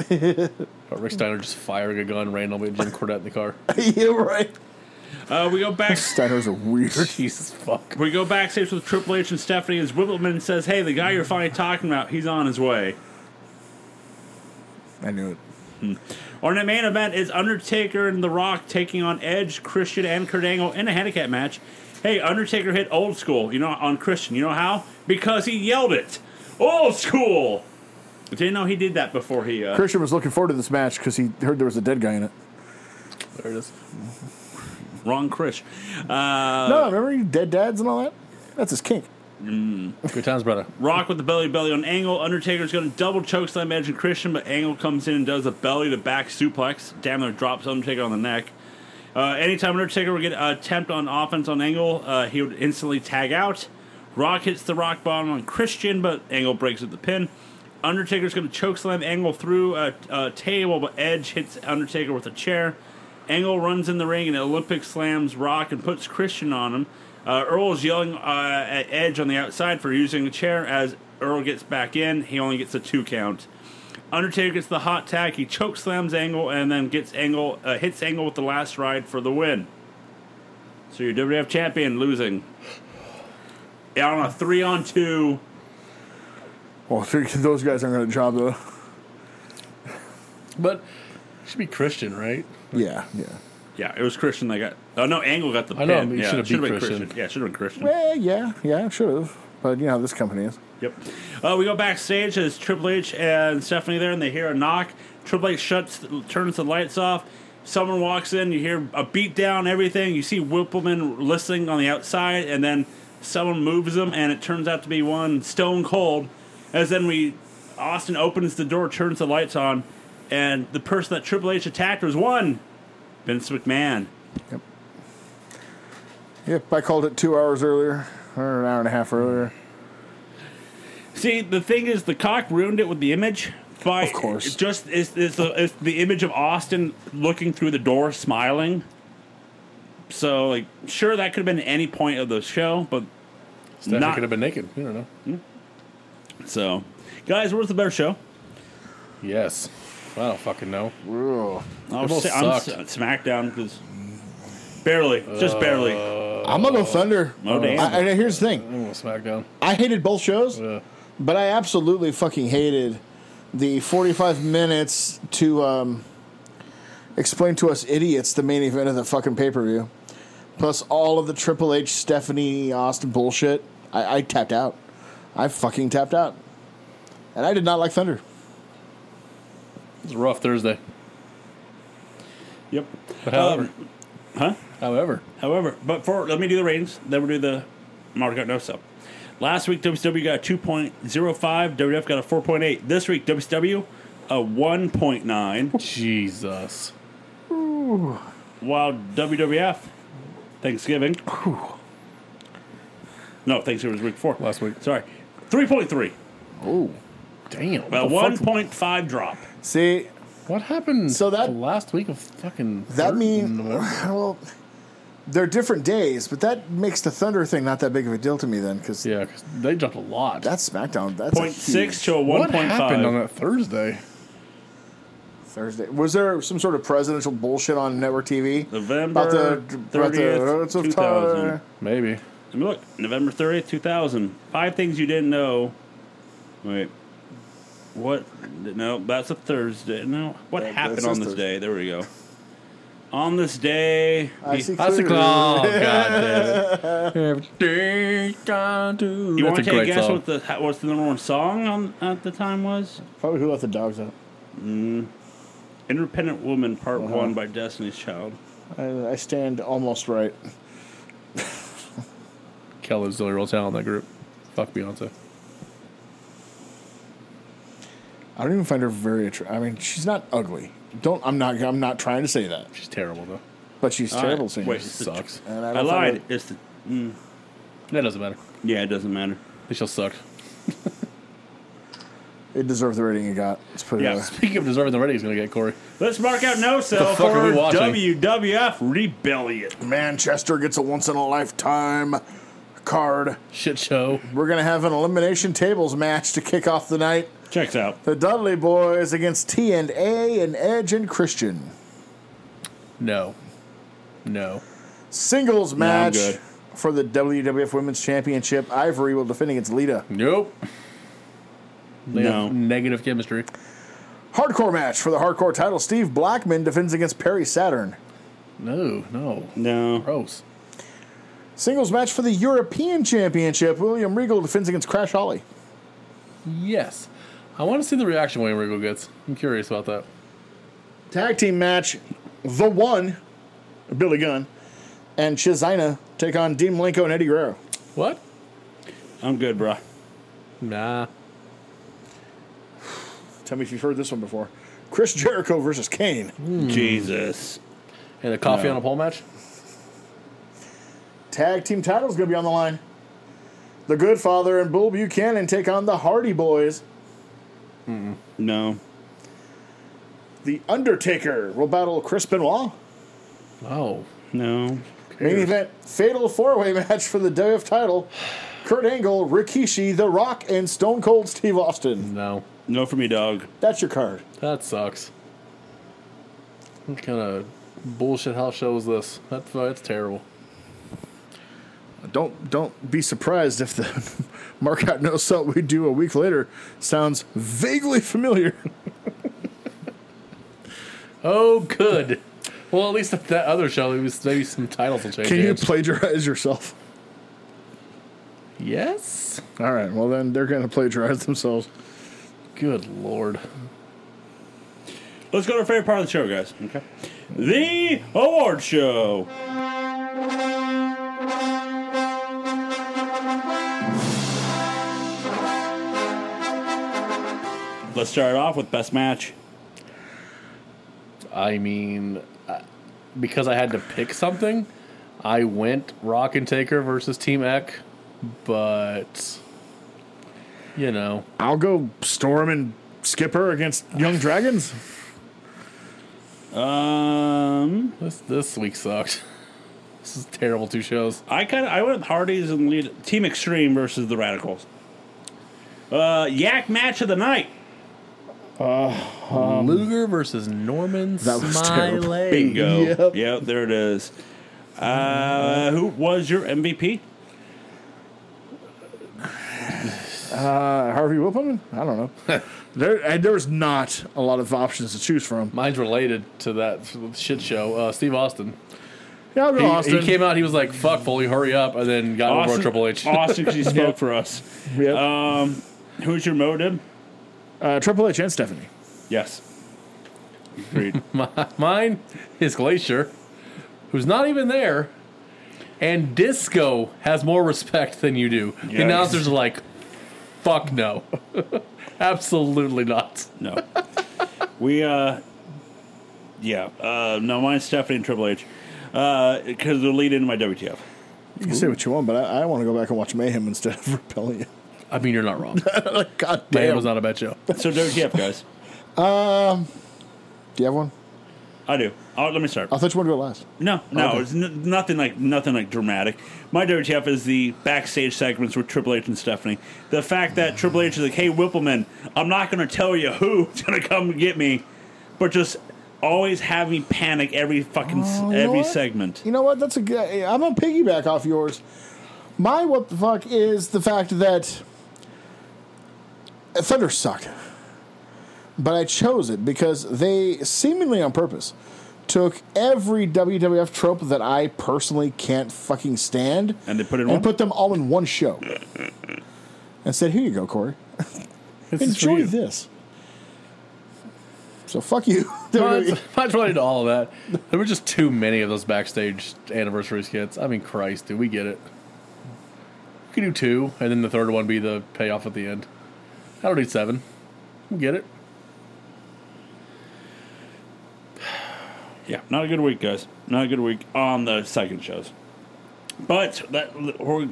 Speaker 3: About Rick Steiner just firing a gun randomly at Jim Cornette in the car.
Speaker 2: [LAUGHS] yeah, right.
Speaker 1: Uh, we go back.
Speaker 2: Steiners are weird.
Speaker 3: Jesus fuck.
Speaker 1: We go backstage with Triple H and Stephanie as Whippleman says, "Hey, the guy you're finally talking about, he's on his way."
Speaker 2: I knew it.
Speaker 1: Our main event is Undertaker and The Rock taking on Edge, Christian, and Kurt Angle in a handicap match. Hey, Undertaker hit old school, you know, on Christian. You know how? Because he yelled it. Old school! Didn't know he did that before he. Uh,
Speaker 2: Christian was looking forward to this match because he heard there was a dead guy in it.
Speaker 3: There it is.
Speaker 1: wrong Chris. Uh,
Speaker 2: no, remember you dead dads and all that? That's his kink.
Speaker 3: Good times, brother.
Speaker 1: Rock with the belly to belly on Angle. Undertaker's going to double choke slam Edge and Christian, but Angle comes in and does a belly to back suplex. Damn near drops Undertaker on the neck. Uh, anytime Undertaker would get an attempt on offense on Angle, uh, he would instantly tag out. Rock hits the rock bottom on Christian, but Angle breaks with the pin. Undertaker's going to chokeslam Angle through a, a table, but Edge hits Undertaker with a chair. Angle runs in the ring and Olympic slams Rock and puts Christian on him. Uh, Earl is yelling uh, at Edge on the outside for using the chair. As Earl gets back in, he only gets a two count. Undertaker gets the hot tag. He choke slams Angle and then gets Angle uh, hits Angle with the last ride for the win. So your WWF champion losing on a three on two.
Speaker 2: Well, [LAUGHS] those guys aren't going to job though.
Speaker 3: But it should be Christian, right?
Speaker 2: Yeah, yeah.
Speaker 1: Yeah, it was Christian that got. Oh no, Angle got the.
Speaker 3: I know,
Speaker 1: pin.
Speaker 3: but you
Speaker 1: yeah,
Speaker 3: should've
Speaker 1: should've
Speaker 3: beat
Speaker 1: been
Speaker 3: Christian.
Speaker 1: Yeah, should have been Christian.
Speaker 2: Well, Eh, yeah, yeah, should have. But you know how this company is.
Speaker 1: Yep. Uh, we go backstage as Triple H and Stephanie there, and they hear a knock. Triple H shuts, turns the lights off. Someone walks in. You hear a beat down, everything. You see Whippleman listening on the outside, and then someone moves him, and it turns out to be one Stone Cold. As then we, Austin opens the door, turns the lights on, and the person that Triple H attacked was one Vince McMahon.
Speaker 2: Yep, I called it two hours earlier, or an hour and a half earlier.
Speaker 1: See, the thing is, the cock ruined it with the image. By
Speaker 2: Of course.
Speaker 1: it just is is the, is the image of Austin looking through the door, smiling. So, like, sure, that could have been any point of the show, but
Speaker 3: Stephanie
Speaker 1: Not-
Speaker 3: could have been naked. You don't know.
Speaker 1: so, guys, where's the better show?
Speaker 3: Yes. I don't fucking know.
Speaker 2: Ooh.
Speaker 1: I'll
Speaker 3: both
Speaker 1: say, I'm s- uh,
Speaker 3: sucked.
Speaker 1: SmackDown because barely, just barely.
Speaker 2: I'm gonna go Thunder.
Speaker 1: Oh, damn.
Speaker 2: I, and here's the thing:
Speaker 3: I'm going to SmackDown.
Speaker 2: I hated both shows,
Speaker 3: Uh,
Speaker 2: but I absolutely fucking hated the 45 minutes to um, explain to us idiots the main event of the fucking pay per view, plus all of the Triple H, Stephanie, Austin bullshit. I, I tapped out. I fucking tapped out, and I did not like Thunder.
Speaker 3: it's a rough Thursday.
Speaker 1: Yep. Um,
Speaker 3: But however,
Speaker 1: Huh?
Speaker 3: however,
Speaker 1: However, but for let me do the ratings, then we'll do the Margot No Sub. Last week, WCW got a 2.05, WWF got a 4.8. This week, WCW a
Speaker 3: [LAUGHS]
Speaker 1: 1.9,
Speaker 3: Jesus.
Speaker 1: while WWF, Thanksgiving. No, Thanksgiving was week four.
Speaker 3: Last week.
Speaker 1: Sorry. 3.3.
Speaker 3: Damn.
Speaker 1: A
Speaker 3: What the fuck-
Speaker 1: 1.5 drop.
Speaker 2: See,
Speaker 3: What happened?
Speaker 2: So that-
Speaker 3: to last week of fucking
Speaker 2: that
Speaker 3: third-
Speaker 2: mean
Speaker 1: Mm,
Speaker 3: November?
Speaker 2: [LAUGHS] well, they're different days, but that makes the Thunder thing not that big of a deal to me then, because
Speaker 3: [LAUGHS] Yeah, 'cause they dropped a lot.
Speaker 2: that's SmackDown. That's a
Speaker 1: 0.6
Speaker 2: huge-
Speaker 1: to a
Speaker 3: what happened on
Speaker 1: 1.5.
Speaker 3: that Thursday?
Speaker 2: Thursday. Was there some sort of presidential bullshit on network TV?
Speaker 1: November 30th,
Speaker 2: rights of
Speaker 1: 2000.
Speaker 2: time.
Speaker 3: Maybe.
Speaker 1: Let me look. November 30th, 2000. Five things you didn't know. Wait. What? No, that's a Thursday. No. What
Speaker 2: That-
Speaker 1: happened
Speaker 2: that's
Speaker 1: on
Speaker 2: this
Speaker 1: this day? There we go. On this day.
Speaker 2: I see
Speaker 3: That's a
Speaker 2: clearly.
Speaker 3: claw. Oh, [LAUGHS] God
Speaker 2: [LAUGHS]
Speaker 3: damn it. Everything's gone to-
Speaker 1: You want
Speaker 3: That's
Speaker 1: to
Speaker 3: a
Speaker 1: take a
Speaker 3: great
Speaker 1: guess
Speaker 3: song.
Speaker 1: what the ha- what's the number one song on at the time was?
Speaker 2: Probably who let the dogs out.
Speaker 1: Independent Woman Part
Speaker 2: Uh-huh.
Speaker 1: One by Destiny's Child.
Speaker 2: I, I stand almost right.
Speaker 3: Kelly's the only real talent in that group. Fuck Beyonce.
Speaker 2: I don't even find her very attractive. I mean, she's not ugly. Don't. I'm not. I'm not trying to say that.
Speaker 3: She's terrible though.
Speaker 2: But she's
Speaker 1: All right.
Speaker 2: terrible singing.
Speaker 1: Wait. It's the-
Speaker 3: Sucks.
Speaker 2: And
Speaker 1: I,
Speaker 2: don't find
Speaker 1: lied.
Speaker 2: her-
Speaker 1: It's the,
Speaker 3: That doesn't matter.
Speaker 1: yeah, it doesn't matter.
Speaker 3: They still [LAUGHS] sucked.
Speaker 2: It deserves the rating it got. Let's put it
Speaker 1: Yeah.
Speaker 2: that way.
Speaker 3: Speaking of deserving the rating, he's gonna get Corey.
Speaker 1: Let's mark out no sell
Speaker 3: fuck are
Speaker 1: for
Speaker 3: we watching?
Speaker 1: WWF Rebellion.
Speaker 2: Manchester gets a once in a lifetime card.
Speaker 3: Shit show.
Speaker 2: We're gonna have an elimination tables match to kick off the night.
Speaker 1: Checks out.
Speaker 2: The Dudley Boys against T and A and Edge and Christian.
Speaker 3: No. No.
Speaker 2: singles
Speaker 1: I'm
Speaker 2: match
Speaker 1: good.
Speaker 2: for the WWF Women's Championship. Ivory will defend against Lita.
Speaker 3: Nope. They
Speaker 1: No.
Speaker 3: have Negative chemistry.
Speaker 2: Hardcore match for the hardcore title. Steve Blackman defends against Perry Saturn.
Speaker 3: No. No.
Speaker 1: No.
Speaker 3: Gross.
Speaker 2: Singles match for the European Championship. William Regal defends against Crash Holly.
Speaker 3: Yes. I want to see the reaction Wayne Regal gets. I'm curious about that.
Speaker 2: Tag team match. The One, Billy Gunn, and Chizina take on Dean Malenko and Eddie Guerrero.
Speaker 3: What?
Speaker 1: I'm good, bro.
Speaker 3: Nah.
Speaker 2: Tell me if you've heard this one before. Chris Jericho versus Kane.
Speaker 1: Jesus.
Speaker 3: And the coffee
Speaker 1: No.
Speaker 3: on a pole match?
Speaker 2: Tag team title's going to be on the line. The Good Father and Bull Buchanan take on the Hardy Boys.
Speaker 1: No.
Speaker 2: The Undertaker will battle Chris Benoit.
Speaker 3: Oh.
Speaker 1: No.
Speaker 2: Main event fatal four way [LAUGHS] match for the WF title. Kurt Angle, Rikishi, The Rock, and Stone Cold Steve Austin.
Speaker 3: No.
Speaker 1: No for me, dog.
Speaker 2: That's your card.
Speaker 3: That sucks. What kind of bullshit house show is this? That's, that's terrible.
Speaker 2: Don't don't be surprised if the [LAUGHS] mark out no salt we do a week later sounds vaguely familiar.
Speaker 3: Oh, good. Well, at least at that other show, it was maybe some titles will change.
Speaker 2: Can you
Speaker 3: hands.
Speaker 2: plagiarize yourself?
Speaker 3: Yes.
Speaker 2: All right. Well then they're gonna plagiarize themselves.
Speaker 3: Good lord.
Speaker 1: Let's go to our favorite part of the show, guys. Okay. The award show. Let's start off with best match.
Speaker 3: I mean, I- because I had to pick something, I went Rock and Taker versus Team Eck, but you know,
Speaker 2: I'll go Storm and Skipper against Young Dragons.
Speaker 1: Um,
Speaker 3: this this week sucked. [LAUGHS] This is terrible two shows.
Speaker 1: I kind of I went with Hardy's and lead, Team Extreme versus the Radicals. Uh, yak match of the night.
Speaker 3: Luger versus Norman
Speaker 2: That was terrible.
Speaker 3: Smiley.
Speaker 1: Bingo. Yep.
Speaker 3: Yep.
Speaker 1: there it is. Uh, who was your MVP?
Speaker 2: Uh, Harvey Whippleman? I don't
Speaker 3: [LAUGHS]
Speaker 2: know. there, I, there was not a lot of options to choose from.
Speaker 3: Mine's related to that shit show. Uh, Steve Austin.
Speaker 2: Yeah, I'll go
Speaker 3: He,
Speaker 2: Austin.
Speaker 3: he came out. He was like, "Fuck, Foley, hurry up!" and then got over on Oh, Triple
Speaker 1: [LAUGHS]
Speaker 3: H.
Speaker 1: Austin, 'cause he spoke for us.
Speaker 2: Yep.
Speaker 3: uh,
Speaker 1: Um, who's your motive?
Speaker 2: uh, Triple H and Stephanie.
Speaker 1: Yes. Agreed.
Speaker 3: Mine is Glacier, who's not even there, and Disco has more respect than you do. The
Speaker 1: Yikes.
Speaker 3: announcers are like, "Fuck no, [LAUGHS] absolutely not."
Speaker 1: no. We uh, yeah. Uh, no, mine's Stephanie and Triple H. Uh, because they'll lead into my WTF.
Speaker 2: You can say what you want, but I, I want to go back and watch Mayhem instead of [LAUGHS] Rebellion.
Speaker 3: I mean, you're not wrong.
Speaker 2: like, God
Speaker 3: Man,
Speaker 2: damn.
Speaker 3: it was not a bad show.
Speaker 1: So WTF, guys.
Speaker 2: Do you have one?
Speaker 1: I do. Oh, let me start.
Speaker 2: I thought you wanted to go last.
Speaker 1: No, no,
Speaker 2: Okay.
Speaker 1: it's n- nothing like nothing like dramatic. My WTF is the backstage segments with Triple H and Stephanie. The fact that Triple H is like, "Hey, Whippleman, I'm not going to tell you who's going to come get me," but just always have me panic every fucking s
Speaker 2: Oh, you know
Speaker 1: every
Speaker 2: what?
Speaker 1: segment.
Speaker 2: You know what? That's a good. I'm gonna piggyback off yours. My what the fuck is the fact that Thunder suck, but I chose it because they seemingly on purpose took every WWF trope that I personally can't fucking stand
Speaker 1: And they put it in
Speaker 2: and
Speaker 1: one?
Speaker 2: put them all in
Speaker 1: [LAUGHS]
Speaker 2: one show and said, "Here you go, Corey.
Speaker 3: This is for
Speaker 2: Enjoy
Speaker 3: you.
Speaker 2: this." So fuck you.
Speaker 3: Mine's, mine's related to all of that. There were just too many of those backstage anniversaries skits. I mean, Christ, dude, we get it. We could do two, and then the third one be the payoff at the end. I don't need seven. We get it.
Speaker 1: Yeah, not a good week, guys. Not a good week on the second shows. But that we're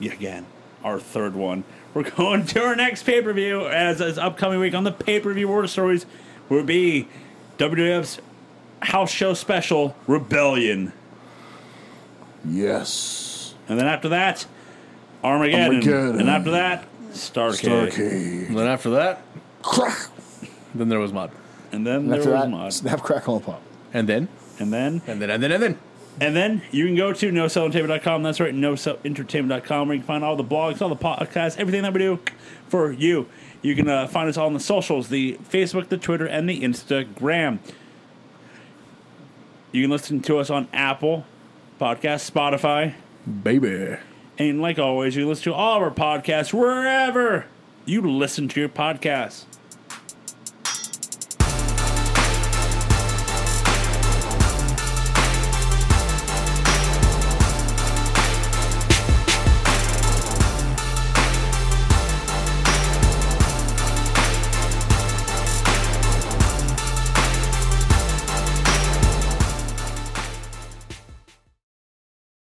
Speaker 1: yeah, again our third one. We're going to our next pay per view as as upcoming week on the pay per view war stories will be WWF's house show special Rebellion,
Speaker 2: [LAUGHS] yes.
Speaker 1: and then after that Armageddon,
Speaker 2: Armageddon.
Speaker 1: and after that Starcade,
Speaker 2: Okay.
Speaker 3: And then after that,
Speaker 2: Crack.
Speaker 3: then there was mod.
Speaker 1: and then
Speaker 2: And
Speaker 1: there
Speaker 2: after
Speaker 1: was
Speaker 2: that,
Speaker 1: Mod,
Speaker 2: snap, crackle, and pop.
Speaker 3: And then,
Speaker 1: and then
Speaker 3: and then, and then, and then.
Speaker 1: And then you can go to nocellentertainment.com. That's right, nocellentertainment.com, where you can find all the blogs, all the podcasts, everything that we do for you. You can uh, find us all on the socials the Facebook, the Twitter, and the Instagram. You can listen to us on Apple Podcasts, Spotify,
Speaker 3: Baby.
Speaker 1: and like always, you can listen to all of our podcasts wherever you listen to your podcasts.